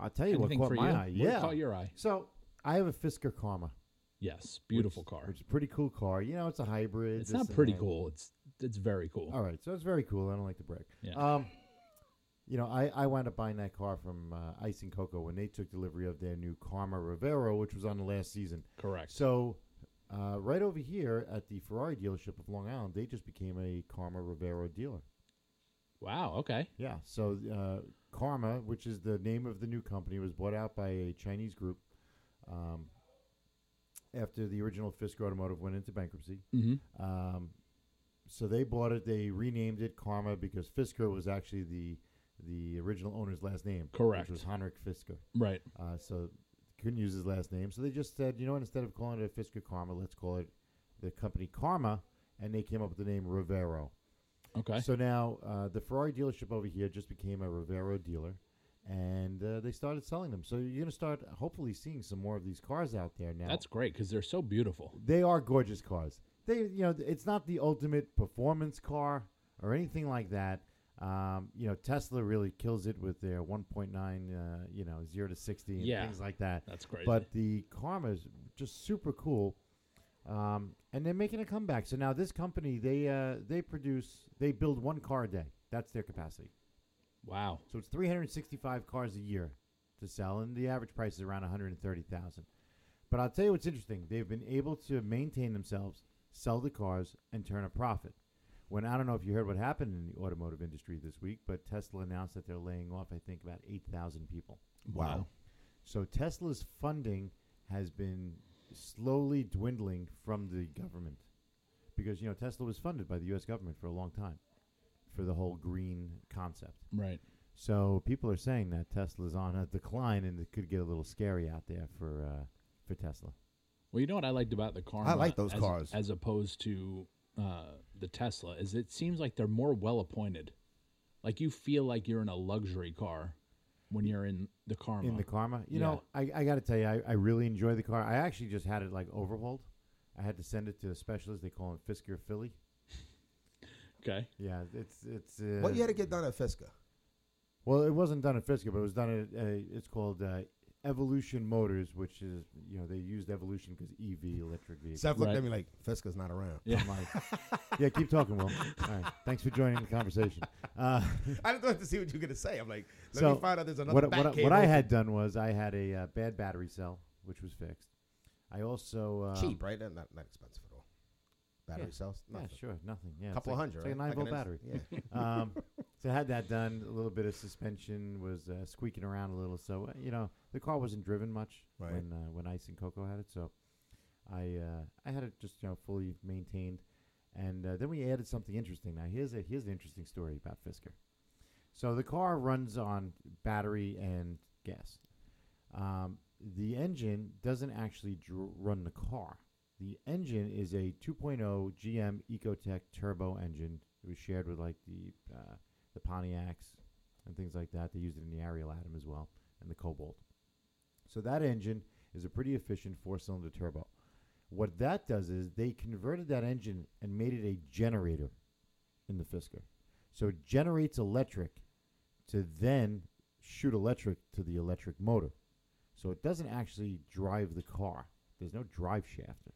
[SPEAKER 4] I'll tell you
[SPEAKER 3] Anything
[SPEAKER 4] what
[SPEAKER 3] for
[SPEAKER 4] caught my
[SPEAKER 3] you?
[SPEAKER 4] eye.
[SPEAKER 3] What
[SPEAKER 4] Yeah,
[SPEAKER 3] caught your eye?
[SPEAKER 4] So I have a Fisker Karma,
[SPEAKER 3] Yes, beautiful
[SPEAKER 4] which-
[SPEAKER 3] car.
[SPEAKER 4] which is a pretty cool car. You know, it's a hybrid.
[SPEAKER 3] it's
[SPEAKER 4] this
[SPEAKER 3] not
[SPEAKER 4] and
[SPEAKER 3] pretty
[SPEAKER 4] that.
[SPEAKER 3] cool. It's it's very cool.
[SPEAKER 4] All right, so it's very cool. I don't like the break.
[SPEAKER 3] Yeah.
[SPEAKER 4] Um, you know, I, I wound up buying that car from uh, Ice and Coco when they took delivery of their new Karma Rivero, which was on the last season.
[SPEAKER 3] Correct.
[SPEAKER 4] So, uh, right over here at the Ferrari dealership of Long Island, they just became a Karma Rivero dealer.
[SPEAKER 3] wow. Okay.
[SPEAKER 4] Yeah. So uh, Karma, which is the name of the new company, was bought out by a Chinese group um, after the original Fisker Automotive went into bankruptcy.
[SPEAKER 3] Mm-hmm.
[SPEAKER 4] Um, so they bought it. They renamed it Karma because Fisker was actually the the original owner's last name.
[SPEAKER 3] Correct.
[SPEAKER 4] Which was Heinrich Fisker.
[SPEAKER 3] Right.
[SPEAKER 4] Uh, so couldn't use his last name. So they just said, you know what? Instead of calling it Fisker Karma, let's call it the company Karma. And they came up with the name Rivero.
[SPEAKER 3] Okay.
[SPEAKER 4] So now uh, the Ferrari dealership over here just became a Rivero dealer, and uh, they started selling them. So you're going to start hopefully seeing some more of these cars out there now.
[SPEAKER 3] That's great because they're so beautiful.
[SPEAKER 4] they are gorgeous cars. They you know it's not the ultimate performance car or anything like that. Um, you know Tesla really kills it with their 1.9 uh, you know 0 to 60 and
[SPEAKER 3] Yeah.
[SPEAKER 4] things like that.
[SPEAKER 3] That's crazy.
[SPEAKER 4] But the Karma is just super cool. Um, and they're making a comeback. So now this company, they uh, they produce, they build one car a day. That's their capacity.
[SPEAKER 3] Wow.
[SPEAKER 4] So it's 365 cars a year to sell, and the average price is around 130,000. But I'll tell you what's interesting: they've been able to maintain themselves, sell the cars, and turn a profit. When I don't know if you heard what happened in the automotive industry this week, but Tesla announced that they're laying off, I think, about 8,000 people.
[SPEAKER 2] Wow.
[SPEAKER 4] So Tesla's funding has been slowly dwindling from the government because you know Tesla was funded by the US government for a long time for the whole green concept.
[SPEAKER 3] Right.
[SPEAKER 4] So people are saying that Tesla's on a decline and it could get a little scary out there for uh, for Tesla.
[SPEAKER 3] Well, you know what I liked about the car.
[SPEAKER 2] like those
[SPEAKER 3] as,
[SPEAKER 2] cars.
[SPEAKER 3] as opposed to uh, the Tesla is it seems like they're more well appointed. Like you feel like you're in a luxury car when you're in the car.
[SPEAKER 4] In the Karma, you
[SPEAKER 3] Yeah.
[SPEAKER 4] know, I, I got to tell you, I, I really enjoy the car. I actually just had it like overhauled. I had to send it to a specialist. They call him Fisker Philly.
[SPEAKER 3] Okay.
[SPEAKER 4] Yeah, it's it's. Uh,
[SPEAKER 2] What you had to get done at Fisker?
[SPEAKER 4] Well, it wasn't done at Fisker, but it was done at uh, it's called uh, Evolution Motors, which is you know they used Evolution because EV electric vehicle.
[SPEAKER 2] Seth looked
[SPEAKER 3] Right.
[SPEAKER 2] at me like Fisker's not around.
[SPEAKER 3] Yeah.
[SPEAKER 4] I'm like, yeah, keep talking, Will. All right, thanks for joining the conversation. Uh,
[SPEAKER 2] I just wanted to see what you're gonna say. I'm like, let
[SPEAKER 4] so
[SPEAKER 2] me find out there's another.
[SPEAKER 4] what,
[SPEAKER 2] back
[SPEAKER 4] what, I- what
[SPEAKER 2] cable.
[SPEAKER 4] I had done was I had a uh, bad battery cell, which was fixed. I also um,
[SPEAKER 2] cheap, right? Not not not expensive at all. Battery
[SPEAKER 4] Yeah.
[SPEAKER 2] cells,
[SPEAKER 4] Yeah,
[SPEAKER 2] nothing.
[SPEAKER 4] sure, nothing. Yeah,
[SPEAKER 2] a
[SPEAKER 4] it's
[SPEAKER 2] couple
[SPEAKER 4] like-
[SPEAKER 2] of hundred. right?
[SPEAKER 4] It's like a nine volt
[SPEAKER 2] Like an
[SPEAKER 4] battery.
[SPEAKER 2] ins- Yeah.
[SPEAKER 4] um, so I had that done. A little bit of suspension was uh, squeaking around a little. So uh, you know the car wasn't driven much
[SPEAKER 2] Right.
[SPEAKER 4] when uh, when Ice and Coco had it. So I uh, I had it just you know fully maintained, and uh, then we added something interesting. Now here's a here's an interesting story about Fisker. So the car runs on battery and gas. um, the engine doesn't actually dr- run the car. The engine is a 2.0 GM Ecotech turbo engine. It was shared with like the uh, the Pontiacs and things like that. They used it in the Ariel Atom as well and the Cobalt. So that engine is a pretty efficient four-cylinder turbo. What that does is they converted that engine and made it a generator in the Fisker. So it generates electric to then shoot electric to the electric motor. So it doesn't actually drive the car. There's no drive shaft.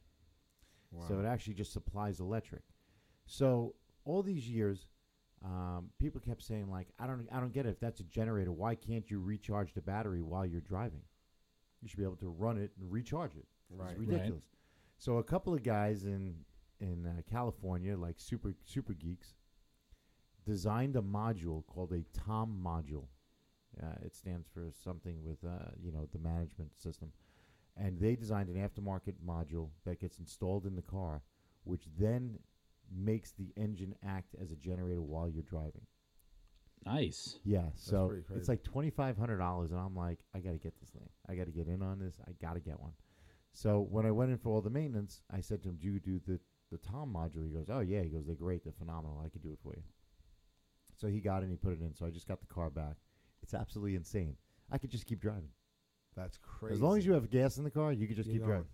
[SPEAKER 4] So it actually just supplies electric. So all these years, um, people kept saying like, I don't, I don't get it. If that's a generator, why can't you recharge the battery while you're driving? You should be able to run it and recharge it.
[SPEAKER 2] Right.
[SPEAKER 4] It's ridiculous. So a couple of guys in in uh, California, like super super geeks, designed a module called a TOM module. Uh, it stands for something with uh, you know the management system, and they designed an aftermarket module that gets installed in the car, which then makes the engine act as a generator while you're driving.
[SPEAKER 3] Nice.
[SPEAKER 4] Yeah, so
[SPEAKER 2] pretty crazy.
[SPEAKER 4] it's like twenty five hundred dollars, and I'm like, I gotta get this thing. I gotta get in on this. I gotta get one. So when I went in for all the maintenance, I said to him, "Do you do the the Tom module?" He goes, "Oh yeah." He goes, "They're great. They're phenomenal. I could do it for you." So he got it and he put it in. So I just got the car back. It's absolutely insane. I could just keep driving
[SPEAKER 2] That's crazy.
[SPEAKER 4] as long as you have gas in the car. You could just
[SPEAKER 2] You're
[SPEAKER 4] keep driving.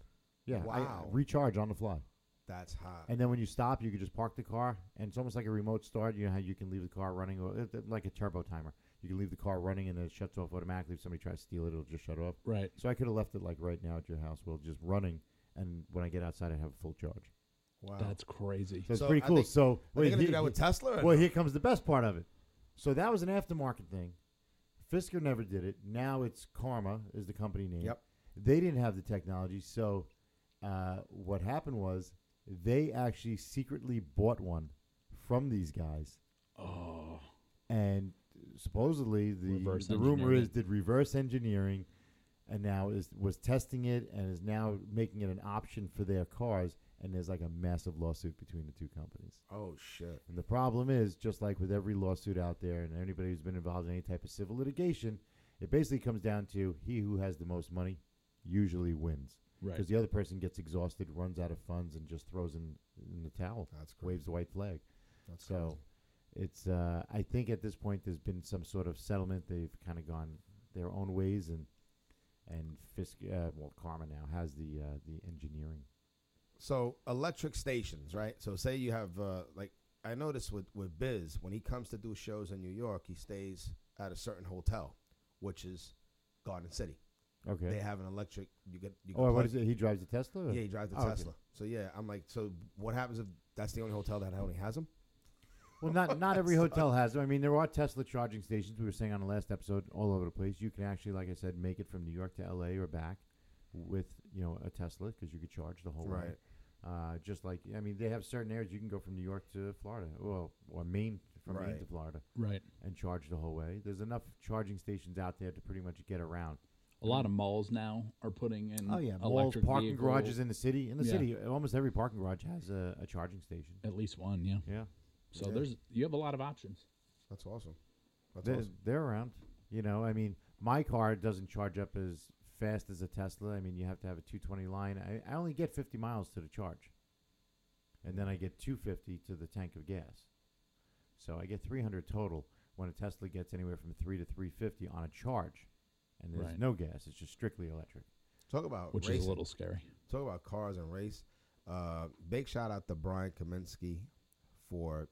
[SPEAKER 4] Yeah, I-
[SPEAKER 2] Wow.
[SPEAKER 4] recharge on the fly.
[SPEAKER 2] That's hot.
[SPEAKER 4] And then when you stop, you can just park the car, and it's almost like a remote start. You know how you can leave the car running, or it- it- like a turbo timer. You can leave the car running, and then it shuts off automatically. If somebody tries to steal it, it'll just shut off.
[SPEAKER 3] Right.
[SPEAKER 4] So I could have left it like right now at your house, well, just running, and when I get outside, I have a full charge.
[SPEAKER 2] wow.
[SPEAKER 3] That's crazy.
[SPEAKER 4] So it's
[SPEAKER 2] So
[SPEAKER 4] pretty
[SPEAKER 2] I
[SPEAKER 4] cool.
[SPEAKER 2] think-
[SPEAKER 4] so
[SPEAKER 2] Are they gonna do that with Tesla? or
[SPEAKER 4] well,
[SPEAKER 2] no?
[SPEAKER 4] here comes the best part of it. So that was an aftermarket thing. Fisker never did it. Now it's Karma is the company name.
[SPEAKER 2] Yep.
[SPEAKER 4] They didn't have the technology, so uh, what happened was they actually secretly bought one from these guys,
[SPEAKER 3] Oh,
[SPEAKER 4] and supposedly the
[SPEAKER 3] Reverse
[SPEAKER 4] the rumor
[SPEAKER 3] engineering
[SPEAKER 4] is
[SPEAKER 3] it.
[SPEAKER 4] did reverse engineering, and now is was testing it and is now making it an option for their cars. And there's like a massive lawsuit between the two companies.
[SPEAKER 2] oh shit.
[SPEAKER 4] And the problem is, just like with every lawsuit out there and anybody who's been involved in any type of civil litigation, it basically comes down to he who has the most money usually wins.
[SPEAKER 3] Right.
[SPEAKER 4] Because the other person gets exhausted, runs out of funds, and just throws in, in the towel.
[SPEAKER 2] That's crazy.
[SPEAKER 4] Waves the white flag.
[SPEAKER 2] That's
[SPEAKER 4] so it's, uh, I think at this point, there's been some sort of settlement. They've kind of gone their own ways, and and Fisk, uh, well, Karma now has the uh, the engineering.
[SPEAKER 2] So electric stations, right? So say you have uh, like I noticed with with Biz when he comes to do shows in New York, he stays at a certain hotel, which is Garden City.
[SPEAKER 4] Okay.
[SPEAKER 2] They have an electric. You get. You
[SPEAKER 4] oh,
[SPEAKER 2] can
[SPEAKER 4] what
[SPEAKER 2] plug-
[SPEAKER 4] is it? He drives a Tesla? or-
[SPEAKER 2] Yeah, he drives the
[SPEAKER 4] Oh, okay.
[SPEAKER 2] Tesla. So yeah, I'm like, so what happens if that's the only hotel that only has them?
[SPEAKER 4] Well, not not every hotel has them. I mean, there are Tesla charging stations. We were saying on the last episode, all over the place. You can actually, like I said, make it from New York to L.A. or back with you know a Tesla because you could charge the whole way.
[SPEAKER 2] Right.
[SPEAKER 4] Uh, just like I mean, they have certain areas you can go from New York to Florida, well, or Maine from Maine to
[SPEAKER 2] Right.
[SPEAKER 4] Florida,
[SPEAKER 3] right.
[SPEAKER 4] and charge the whole way. There's enough charging stations out there to pretty much get around.
[SPEAKER 3] A lot of malls now are putting
[SPEAKER 2] Mm.
[SPEAKER 3] in
[SPEAKER 4] Oh yeah, malls,
[SPEAKER 3] electric
[SPEAKER 4] parking
[SPEAKER 3] vehicle-
[SPEAKER 4] garages in the city. In the
[SPEAKER 3] Yeah.
[SPEAKER 4] city, almost every parking garage has a, a charging station.
[SPEAKER 3] at least one, yeah.
[SPEAKER 4] Yeah,
[SPEAKER 3] So
[SPEAKER 2] Yeah.
[SPEAKER 3] there's you have a lot of options.
[SPEAKER 2] That's awesome. That's
[SPEAKER 4] they're,
[SPEAKER 2] awesome.
[SPEAKER 4] they're around. You know, I mean, my car doesn't charge up as fast as a Tesla. I mean, you have to have a 220 line. I, I only get 50 miles to the charge, and then I get 250 to the tank of gas. So I get 300 total when a Tesla gets anywhere from 3 to 350 on a charge, and there's
[SPEAKER 3] Right.
[SPEAKER 4] no gas. It's just strictly electric.
[SPEAKER 2] Talk about
[SPEAKER 3] which
[SPEAKER 2] Oh, racing.
[SPEAKER 3] is a little scary.
[SPEAKER 2] Talk about cars and race. Uh, big shout out to Brian Kaminsky for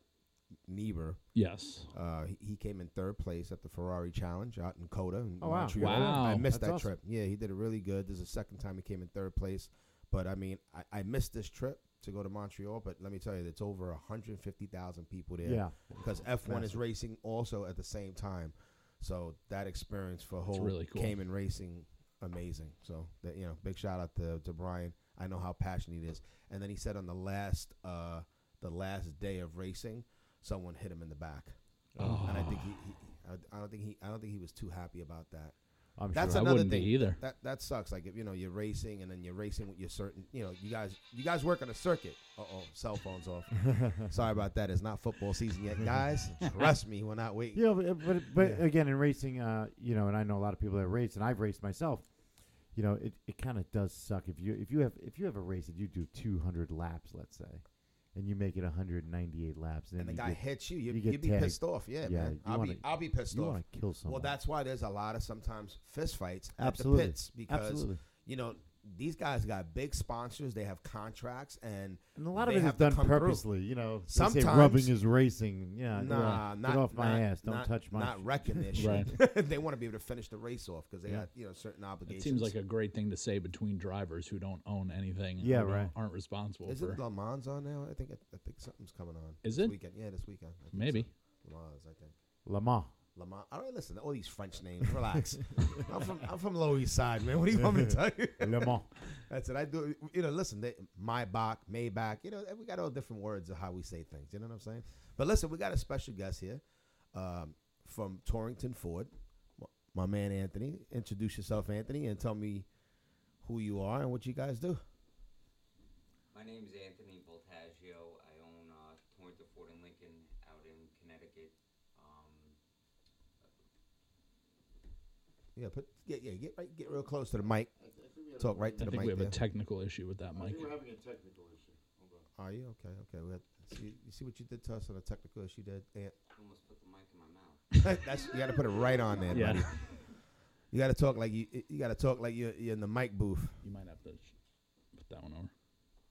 [SPEAKER 2] Niebuhr.
[SPEAKER 3] Yes.
[SPEAKER 2] Uh, he- he came in third place at the Ferrari Challenge out in Coda. In
[SPEAKER 4] Oh, wow.
[SPEAKER 2] Montreal.
[SPEAKER 3] Wow.
[SPEAKER 2] I missed
[SPEAKER 4] That's
[SPEAKER 2] that
[SPEAKER 4] awesome.
[SPEAKER 2] trip. Yeah, he did it really good. This is the second time he came in third place. But I mean, I, I missed this trip to go to Montreal. But let me tell you, it's over 150,000 people there.
[SPEAKER 4] Yeah.
[SPEAKER 2] Because F1 is racing also at the same time. So that experience for whole
[SPEAKER 3] really cool.
[SPEAKER 2] Cayman Racing, amazing. So that you know, big shout out to, to Brian. I know how passionate he is. And then he said on the last uh, the last day of racing, someone hit him in the back,
[SPEAKER 3] Oh.
[SPEAKER 2] and I think he, he I, I don't think he I don't think he was too happy about that.
[SPEAKER 4] I'm
[SPEAKER 2] That's
[SPEAKER 4] sure.
[SPEAKER 3] I
[SPEAKER 2] another
[SPEAKER 3] wouldn't be
[SPEAKER 2] thing
[SPEAKER 3] either.
[SPEAKER 2] That that sucks. Like if you know you're racing and then you're racing with your certain you know you guys you guys work on a circuit. Uh oh, cell phones off. Sorry about that. It's not football season yet, guys. Trust me, we're not waiting.
[SPEAKER 4] Yeah, but but, but again, in racing, uh, you know, and I know a lot of people that race, and I've raced myself. you know, it, it kind of does suck if you if you have if you have a race that you do 200 laps, let's say, and you make it 198 laps, then
[SPEAKER 2] and the
[SPEAKER 4] you
[SPEAKER 2] guy
[SPEAKER 4] get-
[SPEAKER 2] hits you, you,
[SPEAKER 4] you
[SPEAKER 2] you
[SPEAKER 4] get
[SPEAKER 2] would be
[SPEAKER 4] tagged.
[SPEAKER 2] pissed off. Yeah,
[SPEAKER 4] Yeah, you
[SPEAKER 2] man. I'll
[SPEAKER 4] wanna-
[SPEAKER 2] be I'll be pissed
[SPEAKER 4] you
[SPEAKER 2] off.
[SPEAKER 4] wanna kill
[SPEAKER 2] Well,
[SPEAKER 4] someone.
[SPEAKER 2] that's why there's a lot of sometimes fist fights
[SPEAKER 4] Absolutely.
[SPEAKER 2] at the pits because
[SPEAKER 4] Absolutely.
[SPEAKER 2] you know these guys got big sponsors. They have contracts, and
[SPEAKER 4] And a lot
[SPEAKER 2] they
[SPEAKER 4] of it is
[SPEAKER 2] have to
[SPEAKER 4] done
[SPEAKER 2] come through.
[SPEAKER 4] purposely, you know. they say
[SPEAKER 2] Sometimes-
[SPEAKER 4] rubbing is racing. Yeah,
[SPEAKER 2] Nah,
[SPEAKER 4] well,
[SPEAKER 2] not
[SPEAKER 4] get off my
[SPEAKER 2] not-
[SPEAKER 4] ass. Don't
[SPEAKER 2] not-
[SPEAKER 4] touch my.
[SPEAKER 2] Not
[SPEAKER 4] sh-
[SPEAKER 2] recognition. they want to be able to finish the race off because they
[SPEAKER 4] Yeah.
[SPEAKER 2] got you know certain
[SPEAKER 3] It
[SPEAKER 2] obligations.
[SPEAKER 3] seems like a great thing to say between drivers who don't own anything. and
[SPEAKER 4] Yeah,
[SPEAKER 3] who don't-
[SPEAKER 4] right.
[SPEAKER 3] Aren't responsible
[SPEAKER 2] is
[SPEAKER 3] for.
[SPEAKER 2] it Le Mans on now? I think I think something's coming on.
[SPEAKER 3] Is
[SPEAKER 2] this
[SPEAKER 3] it?
[SPEAKER 2] weekend? Yeah, this weekend. I think
[SPEAKER 3] Maybe.
[SPEAKER 2] so. Le Mans, I think.
[SPEAKER 4] Lamar.
[SPEAKER 2] Le Mans. All right, listen. All these French names. Relax. I'm from I'm from Lower East Side, man. What do you want me to tell you?
[SPEAKER 4] Lamar.
[SPEAKER 2] That's it. I do. You know, listen, they, Maybach, Maybach. You know, we got all different words of how we say things. You know what I'm saying? But listen, we got a special guest here um, from Torrington Ford. M- My man Anthony. Introduce yourself, Anthony, and tell me who you are and what you guys do.
[SPEAKER 6] My name is Anthony Voltaggio. I own uh, Torrington Ford and Lincoln out in Connecticut. Um,
[SPEAKER 2] Yeah, put yeah, yeah, get right, get real close to the mic. Talk right to
[SPEAKER 3] I
[SPEAKER 2] the
[SPEAKER 3] think we
[SPEAKER 2] mic.
[SPEAKER 3] have
[SPEAKER 2] There.
[SPEAKER 3] a technical issue with that, Mike.
[SPEAKER 2] are you okay? Okay, we had, see, you see what you did to us on the technical issue, did Ant?
[SPEAKER 6] I almost put the mic in my mouth.
[SPEAKER 2] That's you got to put it right on there,
[SPEAKER 3] Yeah,
[SPEAKER 2] buddy. You got to talk like you you got to talk like you're, you're in the mic booth.
[SPEAKER 3] you might have to sh- put that one over.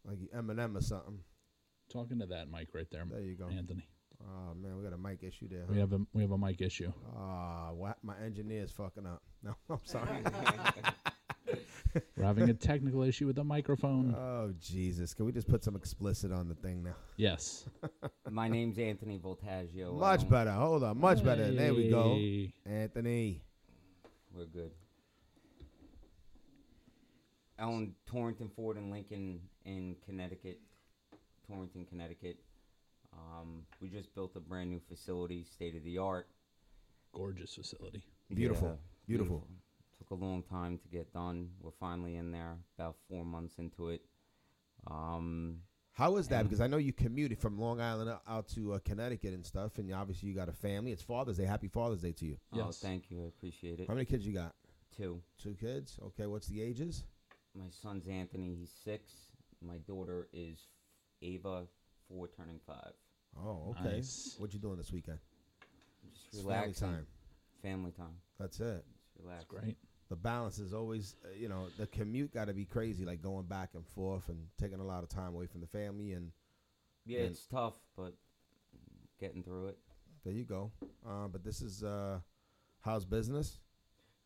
[SPEAKER 2] like you Eminem or something.
[SPEAKER 3] Talking to that mic right there.
[SPEAKER 2] There you go.
[SPEAKER 3] Anthony.
[SPEAKER 2] Oh man, we got a mic issue there.
[SPEAKER 3] We
[SPEAKER 2] Huh?
[SPEAKER 3] have a we have a mic issue.
[SPEAKER 2] Ah, wha- my engineer's fucking up. No, I'm sorry.
[SPEAKER 3] We're having a technical issue with the microphone.
[SPEAKER 2] oh Jesus, can we just put some explicit on the thing now?
[SPEAKER 3] yes.
[SPEAKER 6] My name's Anthony Voltaggio. I
[SPEAKER 2] Much
[SPEAKER 6] own-
[SPEAKER 2] better. Hold on, much better. There we go.
[SPEAKER 3] Hey.
[SPEAKER 2] Anthony.
[SPEAKER 6] We're good. I own Torrington Ford and Lincoln in Connecticut, Torrington, Connecticut. Um, we just built a brand new facility, state of the art.
[SPEAKER 3] Gorgeous facility.
[SPEAKER 2] Beautiful.
[SPEAKER 6] Yeah,
[SPEAKER 2] Beautiful.
[SPEAKER 6] Took a long time to get done. We're finally in there, about four months into it. Um,
[SPEAKER 2] How is that? Because I know you commuted from Long Island o- out to uh, Connecticut and stuff, and obviously you got a family. It's Father's Day. Happy Father's Day to you.
[SPEAKER 6] Oh,
[SPEAKER 3] Yes.
[SPEAKER 6] thank you. I appreciate it.
[SPEAKER 2] How many kids you got?
[SPEAKER 6] Two.
[SPEAKER 2] Two kids. Okay, what's the ages?
[SPEAKER 6] My son's Anthony. He's six. My daughter is Ava, four, turning five.
[SPEAKER 2] Oh, okay.
[SPEAKER 3] Nice.
[SPEAKER 2] What you doing this weekend?
[SPEAKER 6] Just
[SPEAKER 2] It's family
[SPEAKER 6] relaxing.
[SPEAKER 2] time.
[SPEAKER 6] Family time.
[SPEAKER 2] That's it.
[SPEAKER 6] Just relaxing.
[SPEAKER 3] Great.
[SPEAKER 2] the balance is always, uh, you know, the commute got to be crazy, like going back and forth and taking a lot of time away from the family. And
[SPEAKER 6] Yeah,
[SPEAKER 2] And-
[SPEAKER 6] it's tough, but getting through it.
[SPEAKER 2] there you go. Uh, but this is uh, how's business?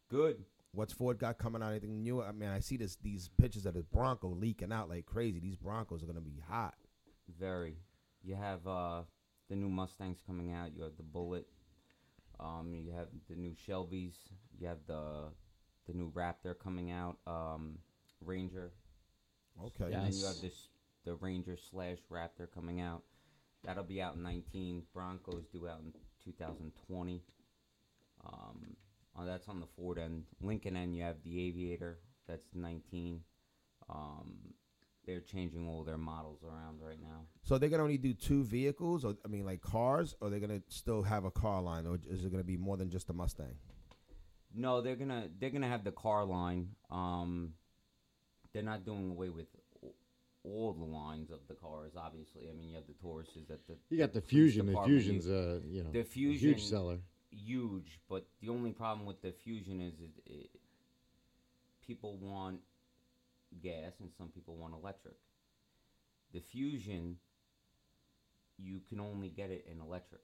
[SPEAKER 6] Good.
[SPEAKER 2] What's Ford got coming out? Anything new? I mean, I see this these pictures of the Bronco leaking out like crazy. These Broncos are gonna be hot.
[SPEAKER 6] Very. You have uh, the new Mustangs coming out. You have the Bullet. Um, you have the new Shelbys. You have the the new Raptor coming out. Um, Ranger.
[SPEAKER 2] Okay.
[SPEAKER 6] And then you
[SPEAKER 3] Yes.
[SPEAKER 6] have uh, this the Ranger slash Raptor coming out. That'll be out in 19. Broncos due out in 2020. Um, oh, that's on the Ford end. Lincoln end, you have the Aviator. That's 19. Um, they're changing all their models around right now.
[SPEAKER 2] So they're gonna only do two vehicles, or I mean, like cars, or they're gonna still have a car line, or is it gonna be more than just a Mustang?
[SPEAKER 6] No, they're gonna they're gonna have the car line. Um, they're not doing away with a- all the lines of the cars. Obviously, I mean you have the Tauruses that the
[SPEAKER 7] You got the
[SPEAKER 6] police
[SPEAKER 7] fusion. The
[SPEAKER 6] department
[SPEAKER 7] fusion's
[SPEAKER 6] use.
[SPEAKER 7] uh, you know,
[SPEAKER 6] The
[SPEAKER 7] a
[SPEAKER 6] Fusion-
[SPEAKER 7] huge seller.
[SPEAKER 6] huge, but the only problem with the fusion is it, it, people want gas and some people want electric. The fusion, you can only get it in electric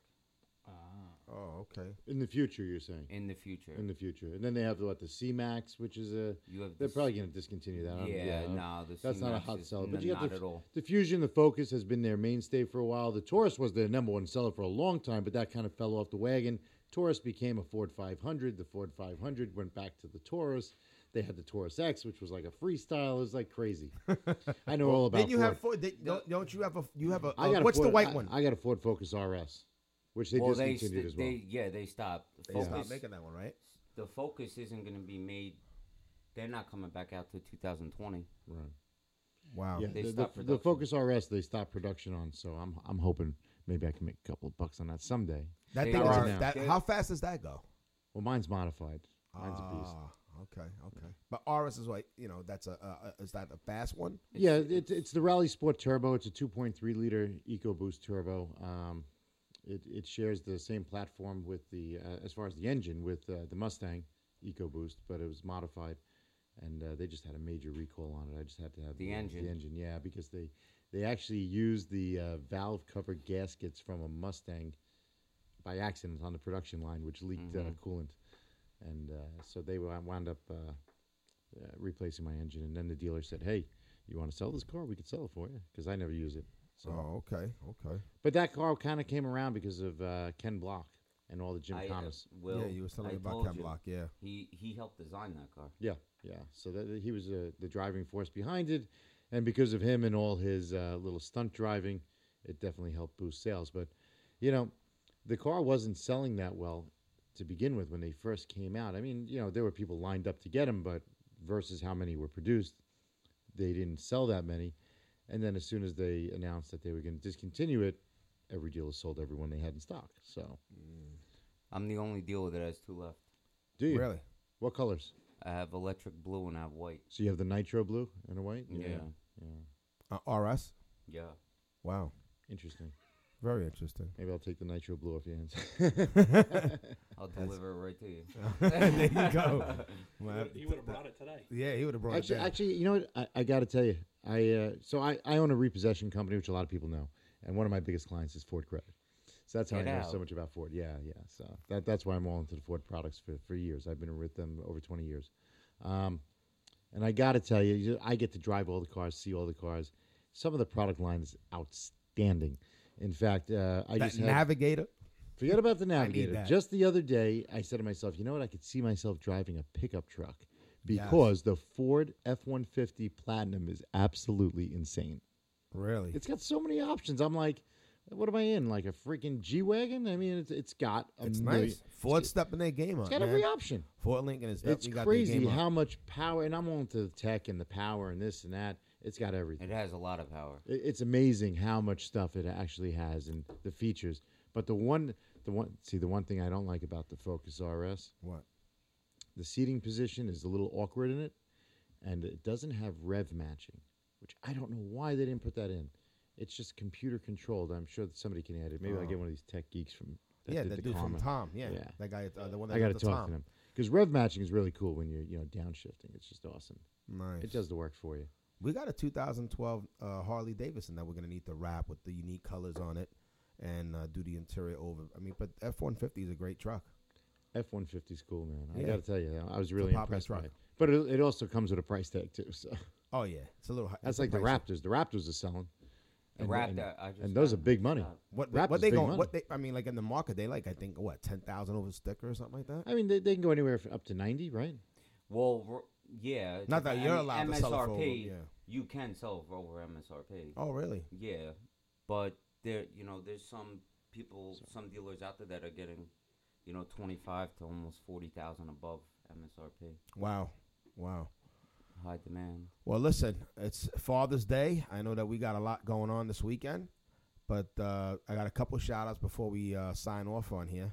[SPEAKER 3] Ah,
[SPEAKER 2] Oh, okay.
[SPEAKER 7] In the future, you're saying.
[SPEAKER 6] in the future.
[SPEAKER 7] In the future, and then they have what the C-Max, which is a.
[SPEAKER 6] You have
[SPEAKER 7] they're
[SPEAKER 6] the
[SPEAKER 7] probably going to discontinue that. I don't-
[SPEAKER 6] Yeah,
[SPEAKER 7] I don't-
[SPEAKER 6] no, the
[SPEAKER 7] that's not a
[SPEAKER 6] C-Max
[SPEAKER 7] hot
[SPEAKER 6] is-
[SPEAKER 7] seller.
[SPEAKER 6] no,
[SPEAKER 7] But you got
[SPEAKER 6] not
[SPEAKER 7] the,
[SPEAKER 6] at all.
[SPEAKER 7] the Fusion, the Focus has been their mainstay for a while. The Taurus was their number one seller for a long time, but that kind of fell off the wagon. Taurus became a Ford 500. The Ford 500 went back to the Taurus. They had the Taurus X, which was like a freestyle. It was like crazy. I know all about.
[SPEAKER 2] Did you
[SPEAKER 7] Ford.
[SPEAKER 2] have Ford? Did, don't, don't you have a? You have a.
[SPEAKER 7] I
[SPEAKER 2] uh,
[SPEAKER 7] got a
[SPEAKER 2] what's the
[SPEAKER 7] Ford-
[SPEAKER 2] white
[SPEAKER 7] I-
[SPEAKER 2] one?
[SPEAKER 7] I got a Ford Focus RS, which they
[SPEAKER 6] well, they,
[SPEAKER 7] discontinued
[SPEAKER 6] st-
[SPEAKER 7] as well.
[SPEAKER 6] they yeah they stopped.
[SPEAKER 2] they
[SPEAKER 6] Focus-
[SPEAKER 2] stopped making that one, right?
[SPEAKER 6] the focus isn't going to be made. They're not coming back out to 2020.
[SPEAKER 7] Right.
[SPEAKER 2] Wow.
[SPEAKER 7] Yeah,
[SPEAKER 6] Oh, They
[SPEAKER 7] the,
[SPEAKER 6] stopped
[SPEAKER 7] the- the
[SPEAKER 6] production.
[SPEAKER 7] Focus RS they stopped production on, so I'm I'm hoping maybe I can make a couple of bucks on that someday.
[SPEAKER 2] That
[SPEAKER 6] They
[SPEAKER 2] thing
[SPEAKER 7] are
[SPEAKER 2] is,
[SPEAKER 7] now.
[SPEAKER 2] that,
[SPEAKER 6] They-
[SPEAKER 2] how fast does that go?
[SPEAKER 7] Well, mine's modified. Mine's a beast.
[SPEAKER 2] Ah, Okay, okay. But RS is like you know that's a uh, is that a fast one?
[SPEAKER 4] yeah, it's it's the Rally Sport Turbo. It's a 2.3 liter EcoBoost turbo. Um, it it shares the same platform with the uh, as far as the engine with uh, the Mustang EcoBoost, but it was modified, and uh, they just had a major recall on it. I just had to have
[SPEAKER 6] The engine.
[SPEAKER 4] The engine, yeah, because they they actually used the uh, valve cover gaskets from a Mustang by accident on the production line, which leaked uh,
[SPEAKER 6] Mm-hmm.
[SPEAKER 4] coolant, and uh, so they wa- wound up uh, uh, replacing my engine. And then the dealer said, "Hey, you want to sell this car? We could sell it for you because I never use it." So,
[SPEAKER 2] Oh, okay, okay.
[SPEAKER 4] but that car kind of came around because of uh, Ken Block and all the Jim
[SPEAKER 6] I, uh,
[SPEAKER 4] Thomas.
[SPEAKER 6] Will,
[SPEAKER 2] Yeah, you was telling
[SPEAKER 6] I
[SPEAKER 2] me about
[SPEAKER 6] told
[SPEAKER 2] Ken
[SPEAKER 6] you,
[SPEAKER 2] Block, yeah.
[SPEAKER 6] he he helped design that car.
[SPEAKER 4] Yeah, yeah. So that, he was uh, the driving force behind it, and because of him and all his uh, little stunt driving, it definitely helped boost sales. But you know, the car wasn't selling that well to begin with when they first came out. I mean, you know, there were people lined up to get them, but versus how many were produced, they didn't sell that many. And then as soon as they announced that they were going to discontinue it, every dealer sold every one they had in stock. So,
[SPEAKER 6] I'm the only dealer that has two left.
[SPEAKER 4] do you
[SPEAKER 2] Really?
[SPEAKER 4] What colors?
[SPEAKER 6] I have electric blue and I have white.
[SPEAKER 4] So you have the nitro blue and a white. yeah.
[SPEAKER 2] Uh, RS.
[SPEAKER 6] Yeah.
[SPEAKER 2] Wow,
[SPEAKER 4] Interesting.
[SPEAKER 2] very interesting.
[SPEAKER 4] Maybe I'll take the nitro blue off your hands.
[SPEAKER 6] I'll deliver it right to you.
[SPEAKER 2] there you go.
[SPEAKER 8] He would have brought it today.
[SPEAKER 2] yeah, he would have brought
[SPEAKER 4] actually,
[SPEAKER 2] it. down.
[SPEAKER 4] actually, you know what? I, I got to tell you, I uh, so I, I own a repossession company, which a lot of people know, and one of my biggest clients is Ford Credit. So that's how
[SPEAKER 6] Get
[SPEAKER 4] I know
[SPEAKER 6] out.
[SPEAKER 4] so much about Ford. Yeah, yeah. So that that's why I'm all into the Ford products for, for years. I've been with them over 20 years. Um, and I got to tell you, you, I get to drive all the cars, see all the cars. Some of the product line is outstanding. In fact, uh, I
[SPEAKER 2] that
[SPEAKER 4] just had,
[SPEAKER 2] navigator.
[SPEAKER 4] Forget about the navigator.
[SPEAKER 2] that.
[SPEAKER 4] Just the other day, I said to myself, you know what? I could see myself driving a pickup truck because the Ford F 150 Platinum is absolutely insane.
[SPEAKER 2] Really?
[SPEAKER 4] It's got so many options. I'm like, what am I in? Like a freaking G Wagon? I mean, it's, it's got a
[SPEAKER 2] It's
[SPEAKER 4] million-
[SPEAKER 2] nice. Ford's stepping their game up.
[SPEAKER 4] It's got
[SPEAKER 2] man.
[SPEAKER 4] every option.
[SPEAKER 2] Fort Lincoln is
[SPEAKER 4] It's
[SPEAKER 2] definitely got their
[SPEAKER 4] crazy
[SPEAKER 2] game up.
[SPEAKER 4] how much power, and I'm all into the tech and the power and this and that. It's got everything.
[SPEAKER 6] It has a lot of power.
[SPEAKER 4] It- it's amazing how much stuff it actually has and the features. But the one, the one, see, the one thing I don't like about the Focus RS,
[SPEAKER 2] What?
[SPEAKER 4] the seating position is a little awkward in it, and it doesn't have rev matching, which I don't know why they didn't put that in. It's just computer controlled. I'm sure that somebody can add it. Maybe I get one of these tech geeks from
[SPEAKER 2] Oh. yeah,
[SPEAKER 4] did
[SPEAKER 2] that
[SPEAKER 4] the
[SPEAKER 2] dude from
[SPEAKER 4] comment.
[SPEAKER 2] Tom. Yeah,
[SPEAKER 4] Yeah.
[SPEAKER 2] that guy, uh, the one that
[SPEAKER 4] I got to
[SPEAKER 2] the
[SPEAKER 4] talk
[SPEAKER 2] Tom.
[SPEAKER 4] to them because rev matching is really cool when you're you know downshifting. It's just awesome.
[SPEAKER 2] Nice.
[SPEAKER 4] It does the work for you.
[SPEAKER 2] We got a 2012 uh, Harley Davidson that we're gonna need to wrap with the unique colors on it, and uh, do the interior over. I mean, but F150 is a great truck.
[SPEAKER 4] F one fifty is cool, man. I
[SPEAKER 2] Yeah.
[SPEAKER 4] got to tell you, I was really
[SPEAKER 2] popular
[SPEAKER 4] impressed by
[SPEAKER 2] truck.
[SPEAKER 4] it. But it, it also comes with a price tag too. So
[SPEAKER 2] Oh yeah, it's a little. hi-
[SPEAKER 4] that's
[SPEAKER 2] it's a
[SPEAKER 4] like the
[SPEAKER 2] price-
[SPEAKER 4] Raptors. The Raptors are selling.
[SPEAKER 6] The
[SPEAKER 4] And- and-
[SPEAKER 6] Raptor, I just
[SPEAKER 4] and those
[SPEAKER 6] got
[SPEAKER 4] are big money.
[SPEAKER 6] stopped.
[SPEAKER 2] What
[SPEAKER 4] Raptors
[SPEAKER 2] what they
[SPEAKER 4] big
[SPEAKER 2] going?
[SPEAKER 4] money.
[SPEAKER 2] What they? I mean, like in the market, they like I think what ten thousand over sticker or something like that.
[SPEAKER 4] I mean, they, they can go anywhere f- up to ninety, right?
[SPEAKER 6] Well, r- yeah.
[SPEAKER 2] Not
[SPEAKER 6] dep-
[SPEAKER 2] that
[SPEAKER 6] I
[SPEAKER 2] you're
[SPEAKER 6] mean,
[SPEAKER 2] allowed to
[SPEAKER 6] MSRP,
[SPEAKER 2] sell it for over- yeah.
[SPEAKER 6] You can sell it over MSRP.
[SPEAKER 2] Oh really?
[SPEAKER 6] Yeah, but there, you know, there's some people, some dealers out there that are getting, you know, twenty-five to almost forty thousand above MSRP.
[SPEAKER 2] Wow, wow.
[SPEAKER 6] High demand.
[SPEAKER 2] Well, listen, it's Father's Day. I know that we got a lot going on this weekend, but uh, I got a couple shout outs before we uh, sign off on here.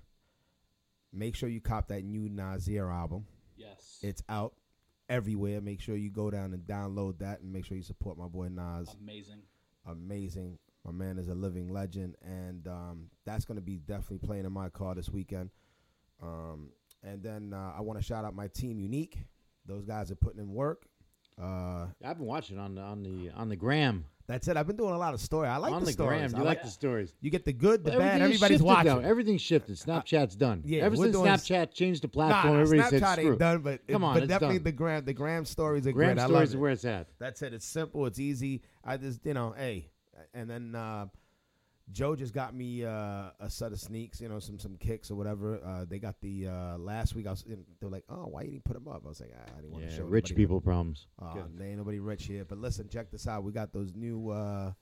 [SPEAKER 2] Make sure you cop that new Nazir album.
[SPEAKER 3] Yes.
[SPEAKER 2] It's out everywhere. Make sure you go down and download that and make sure you support my boy Nas.
[SPEAKER 3] amazing.
[SPEAKER 2] Amazing. My man is a living legend, and um, that's going to be definitely playing in my car this weekend. Um, and then uh, I want to shout out my team, Unique. Those guys are putting in work. Uh,
[SPEAKER 4] I've been watching on the on the on the gram.
[SPEAKER 2] That's it. I've been doing a lot of story. I like
[SPEAKER 4] on
[SPEAKER 2] the,
[SPEAKER 4] the
[SPEAKER 2] stories.
[SPEAKER 4] gram, you
[SPEAKER 2] I
[SPEAKER 4] like the stories.
[SPEAKER 2] You get the good, the bad.
[SPEAKER 4] Everything is
[SPEAKER 2] Everybody's
[SPEAKER 4] shifted,
[SPEAKER 2] watching.
[SPEAKER 4] Though. Everything's shifted. Snapchat's done.
[SPEAKER 2] yeah,
[SPEAKER 4] Ever
[SPEAKER 2] we're
[SPEAKER 4] since
[SPEAKER 2] doing s-
[SPEAKER 4] Snapchat changed the
[SPEAKER 2] Nah, nah,
[SPEAKER 4] platform, everybody
[SPEAKER 2] Snapchat
[SPEAKER 4] said screw.
[SPEAKER 2] ain't done, but
[SPEAKER 4] come on,
[SPEAKER 2] but
[SPEAKER 4] it's
[SPEAKER 2] definitely
[SPEAKER 4] done.
[SPEAKER 2] the gram, the gram stories are
[SPEAKER 4] gram
[SPEAKER 2] great. I
[SPEAKER 4] stories
[SPEAKER 2] love
[SPEAKER 4] is
[SPEAKER 2] it.
[SPEAKER 4] where it's at.
[SPEAKER 2] That's it. It's simple. It's easy. I just you know, hey, and then uh, Joe just got me uh, a set of sneaks. You know, some some kicks or whatever. Uh, they got the uh, last week. I was they're like, oh, why you didn't put them up? I was like, I, I didn't want
[SPEAKER 4] Yeah,
[SPEAKER 2] to show
[SPEAKER 4] rich
[SPEAKER 2] nobody.
[SPEAKER 4] people problems.
[SPEAKER 2] Uh, there ain't nobody rich here. But listen, check this out. We got those new, uh,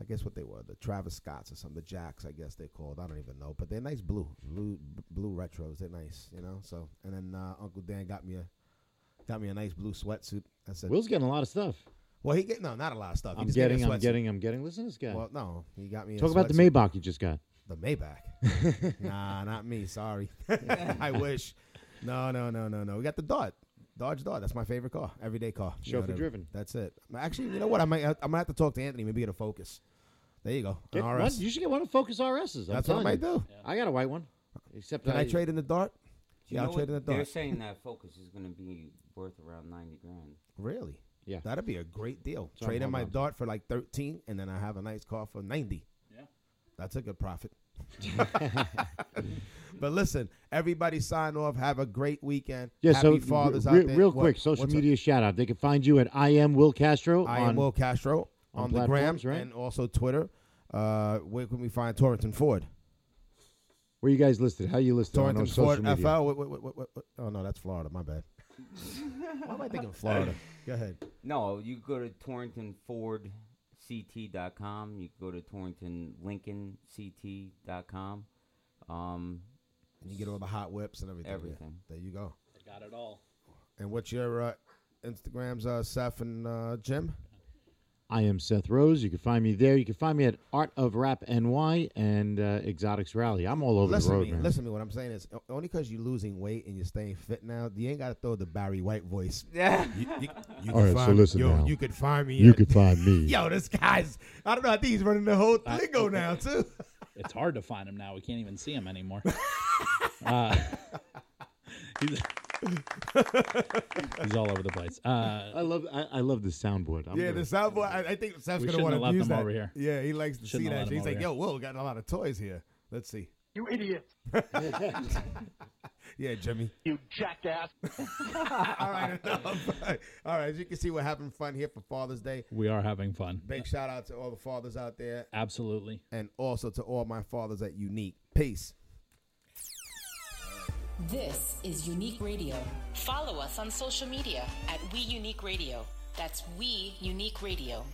[SPEAKER 2] I guess what they were, the Travis Scotts or something, the Jacks, I guess they called. I don't even know, but they're nice blue, blue, b- blue retros. They're nice, you know. So, and then uh, Uncle Dan got me a, got me a nice blue sweatsuit. I said,
[SPEAKER 4] Will's getting a lot of stuff.
[SPEAKER 2] well, he get no, not a lot of stuff. He
[SPEAKER 4] I'm
[SPEAKER 2] just gave me a
[SPEAKER 4] getting, I'm
[SPEAKER 2] sweatsuit.
[SPEAKER 4] getting, I'm getting. Listen to this guy.
[SPEAKER 2] Well, no, he got me. a
[SPEAKER 4] Talk about the
[SPEAKER 2] sweatsuit.
[SPEAKER 4] Maybach you just got.
[SPEAKER 2] The Maybach. nah, not me. Sorry. I wish. No, no, no, no, no. We got the Dart. Dodge Dart. That's my favorite car. Everyday car. You know,
[SPEAKER 4] Chauffeur
[SPEAKER 2] that-
[SPEAKER 4] driven.
[SPEAKER 2] That's it. Actually, you know what? I might. I'm gonna have to talk to Anthony. Maybe get a Focus. There you go.
[SPEAKER 4] Get
[SPEAKER 2] An
[SPEAKER 4] one-
[SPEAKER 2] RS.
[SPEAKER 4] you should get one of Focus RSs. I'm
[SPEAKER 2] That's what I
[SPEAKER 4] telling
[SPEAKER 2] might
[SPEAKER 4] you.
[SPEAKER 2] do.
[SPEAKER 4] I got a white one. Except
[SPEAKER 2] Can I trade in the Dart?
[SPEAKER 6] Do you
[SPEAKER 2] Yeah,
[SPEAKER 6] know
[SPEAKER 2] I'll trade
[SPEAKER 6] what-
[SPEAKER 2] in the
[SPEAKER 6] They're
[SPEAKER 2] Dart.
[SPEAKER 6] saying that Focus is going to be worth around ninety grand.
[SPEAKER 2] Really?
[SPEAKER 4] Yeah.
[SPEAKER 2] That'd be a great deal.
[SPEAKER 4] So I'm
[SPEAKER 2] Trade in
[SPEAKER 4] holding
[SPEAKER 2] my
[SPEAKER 4] on to.
[SPEAKER 2] Dart for like 13, and then I have a nice car for 90.
[SPEAKER 9] Yeah.
[SPEAKER 2] That's a good profit. but listen, everybody sign off. Have a great weekend.
[SPEAKER 4] Yeah,
[SPEAKER 2] Happy
[SPEAKER 4] so
[SPEAKER 2] fathers
[SPEAKER 4] re-
[SPEAKER 2] out
[SPEAKER 4] re-
[SPEAKER 2] there.
[SPEAKER 4] real
[SPEAKER 2] What-
[SPEAKER 4] quick, social
[SPEAKER 2] what's up?
[SPEAKER 4] media shout out. They can find you at I am Will Castro.
[SPEAKER 2] I
[SPEAKER 4] on,
[SPEAKER 2] am Will Castro
[SPEAKER 4] on
[SPEAKER 2] on, the gram
[SPEAKER 4] platforms, right?
[SPEAKER 2] and also Twitter. Uh, where can we find Torrington Ford?
[SPEAKER 4] Where you guys listed? How you listed on our
[SPEAKER 2] Torrington
[SPEAKER 4] social
[SPEAKER 2] Ford
[SPEAKER 4] media?
[SPEAKER 2] FL. What, what, what, what, what- Oh no, that's Florida. My bad. Why am I thinking Florida? Go ahead.
[SPEAKER 6] No, you go to torringtonfordct.com. You go to torringtonlincolnct.com. Um,
[SPEAKER 2] You get all the hot whips and everything. Yeah.
[SPEAKER 6] Everything.
[SPEAKER 2] There you go.
[SPEAKER 9] I got it all.
[SPEAKER 2] And what's your uh, Instagrams, uh, Seth and uh, Jim?
[SPEAKER 4] I am Seth Rose. You can find me there. You can find me at Art of Rap NY and uh, Exotics Rally. I'm all over
[SPEAKER 2] Listen
[SPEAKER 4] the
[SPEAKER 2] to
[SPEAKER 4] road,
[SPEAKER 2] me.
[SPEAKER 4] man.
[SPEAKER 2] Listen to me. What I'm saying is, o- only because you're losing weight and you're staying fit now, you ain't got to throw the Barry White voice.
[SPEAKER 6] yeah.
[SPEAKER 2] You, you, you
[SPEAKER 4] All
[SPEAKER 2] can
[SPEAKER 4] right, so
[SPEAKER 2] find-
[SPEAKER 4] listen
[SPEAKER 2] yo,
[SPEAKER 4] now.
[SPEAKER 2] You could find me.
[SPEAKER 4] You
[SPEAKER 2] at-
[SPEAKER 4] can find me.
[SPEAKER 2] Yo, this guy's. I don't know. I think he's running the whole lingo now too.
[SPEAKER 3] It's hard to find him now. We can't even see him anymore. uh, he's, he's all over the place. Uh,
[SPEAKER 4] I love I, I love the soundboard. I'm
[SPEAKER 2] yeah,
[SPEAKER 4] gonna-
[SPEAKER 2] the soundboy. I, I think Seth's
[SPEAKER 3] We
[SPEAKER 2] gonna
[SPEAKER 3] shouldn't
[SPEAKER 2] want
[SPEAKER 3] have
[SPEAKER 2] to
[SPEAKER 3] left
[SPEAKER 2] use
[SPEAKER 3] him
[SPEAKER 2] that.
[SPEAKER 3] over here.
[SPEAKER 2] Yeah, he likes to
[SPEAKER 3] Shouldn't
[SPEAKER 2] see
[SPEAKER 3] have
[SPEAKER 2] that.
[SPEAKER 3] let him
[SPEAKER 2] He's
[SPEAKER 3] over
[SPEAKER 2] like,
[SPEAKER 3] here.
[SPEAKER 2] yo, Will, got a lot of toys here. Let's see.
[SPEAKER 10] You idiot.
[SPEAKER 2] Yeah, Jimmy.
[SPEAKER 10] You jackass.
[SPEAKER 2] All right, enough. All right, as you can see, we're having fun here for Father's Day.
[SPEAKER 3] we are having fun.
[SPEAKER 2] Big shout out to all the fathers out there,
[SPEAKER 3] Absolutely.
[SPEAKER 2] and also to all my fathers at Unique. Peace.
[SPEAKER 11] This is Unique Radio. Follow us on social media at We Unique Radio. That's We Unique Radio.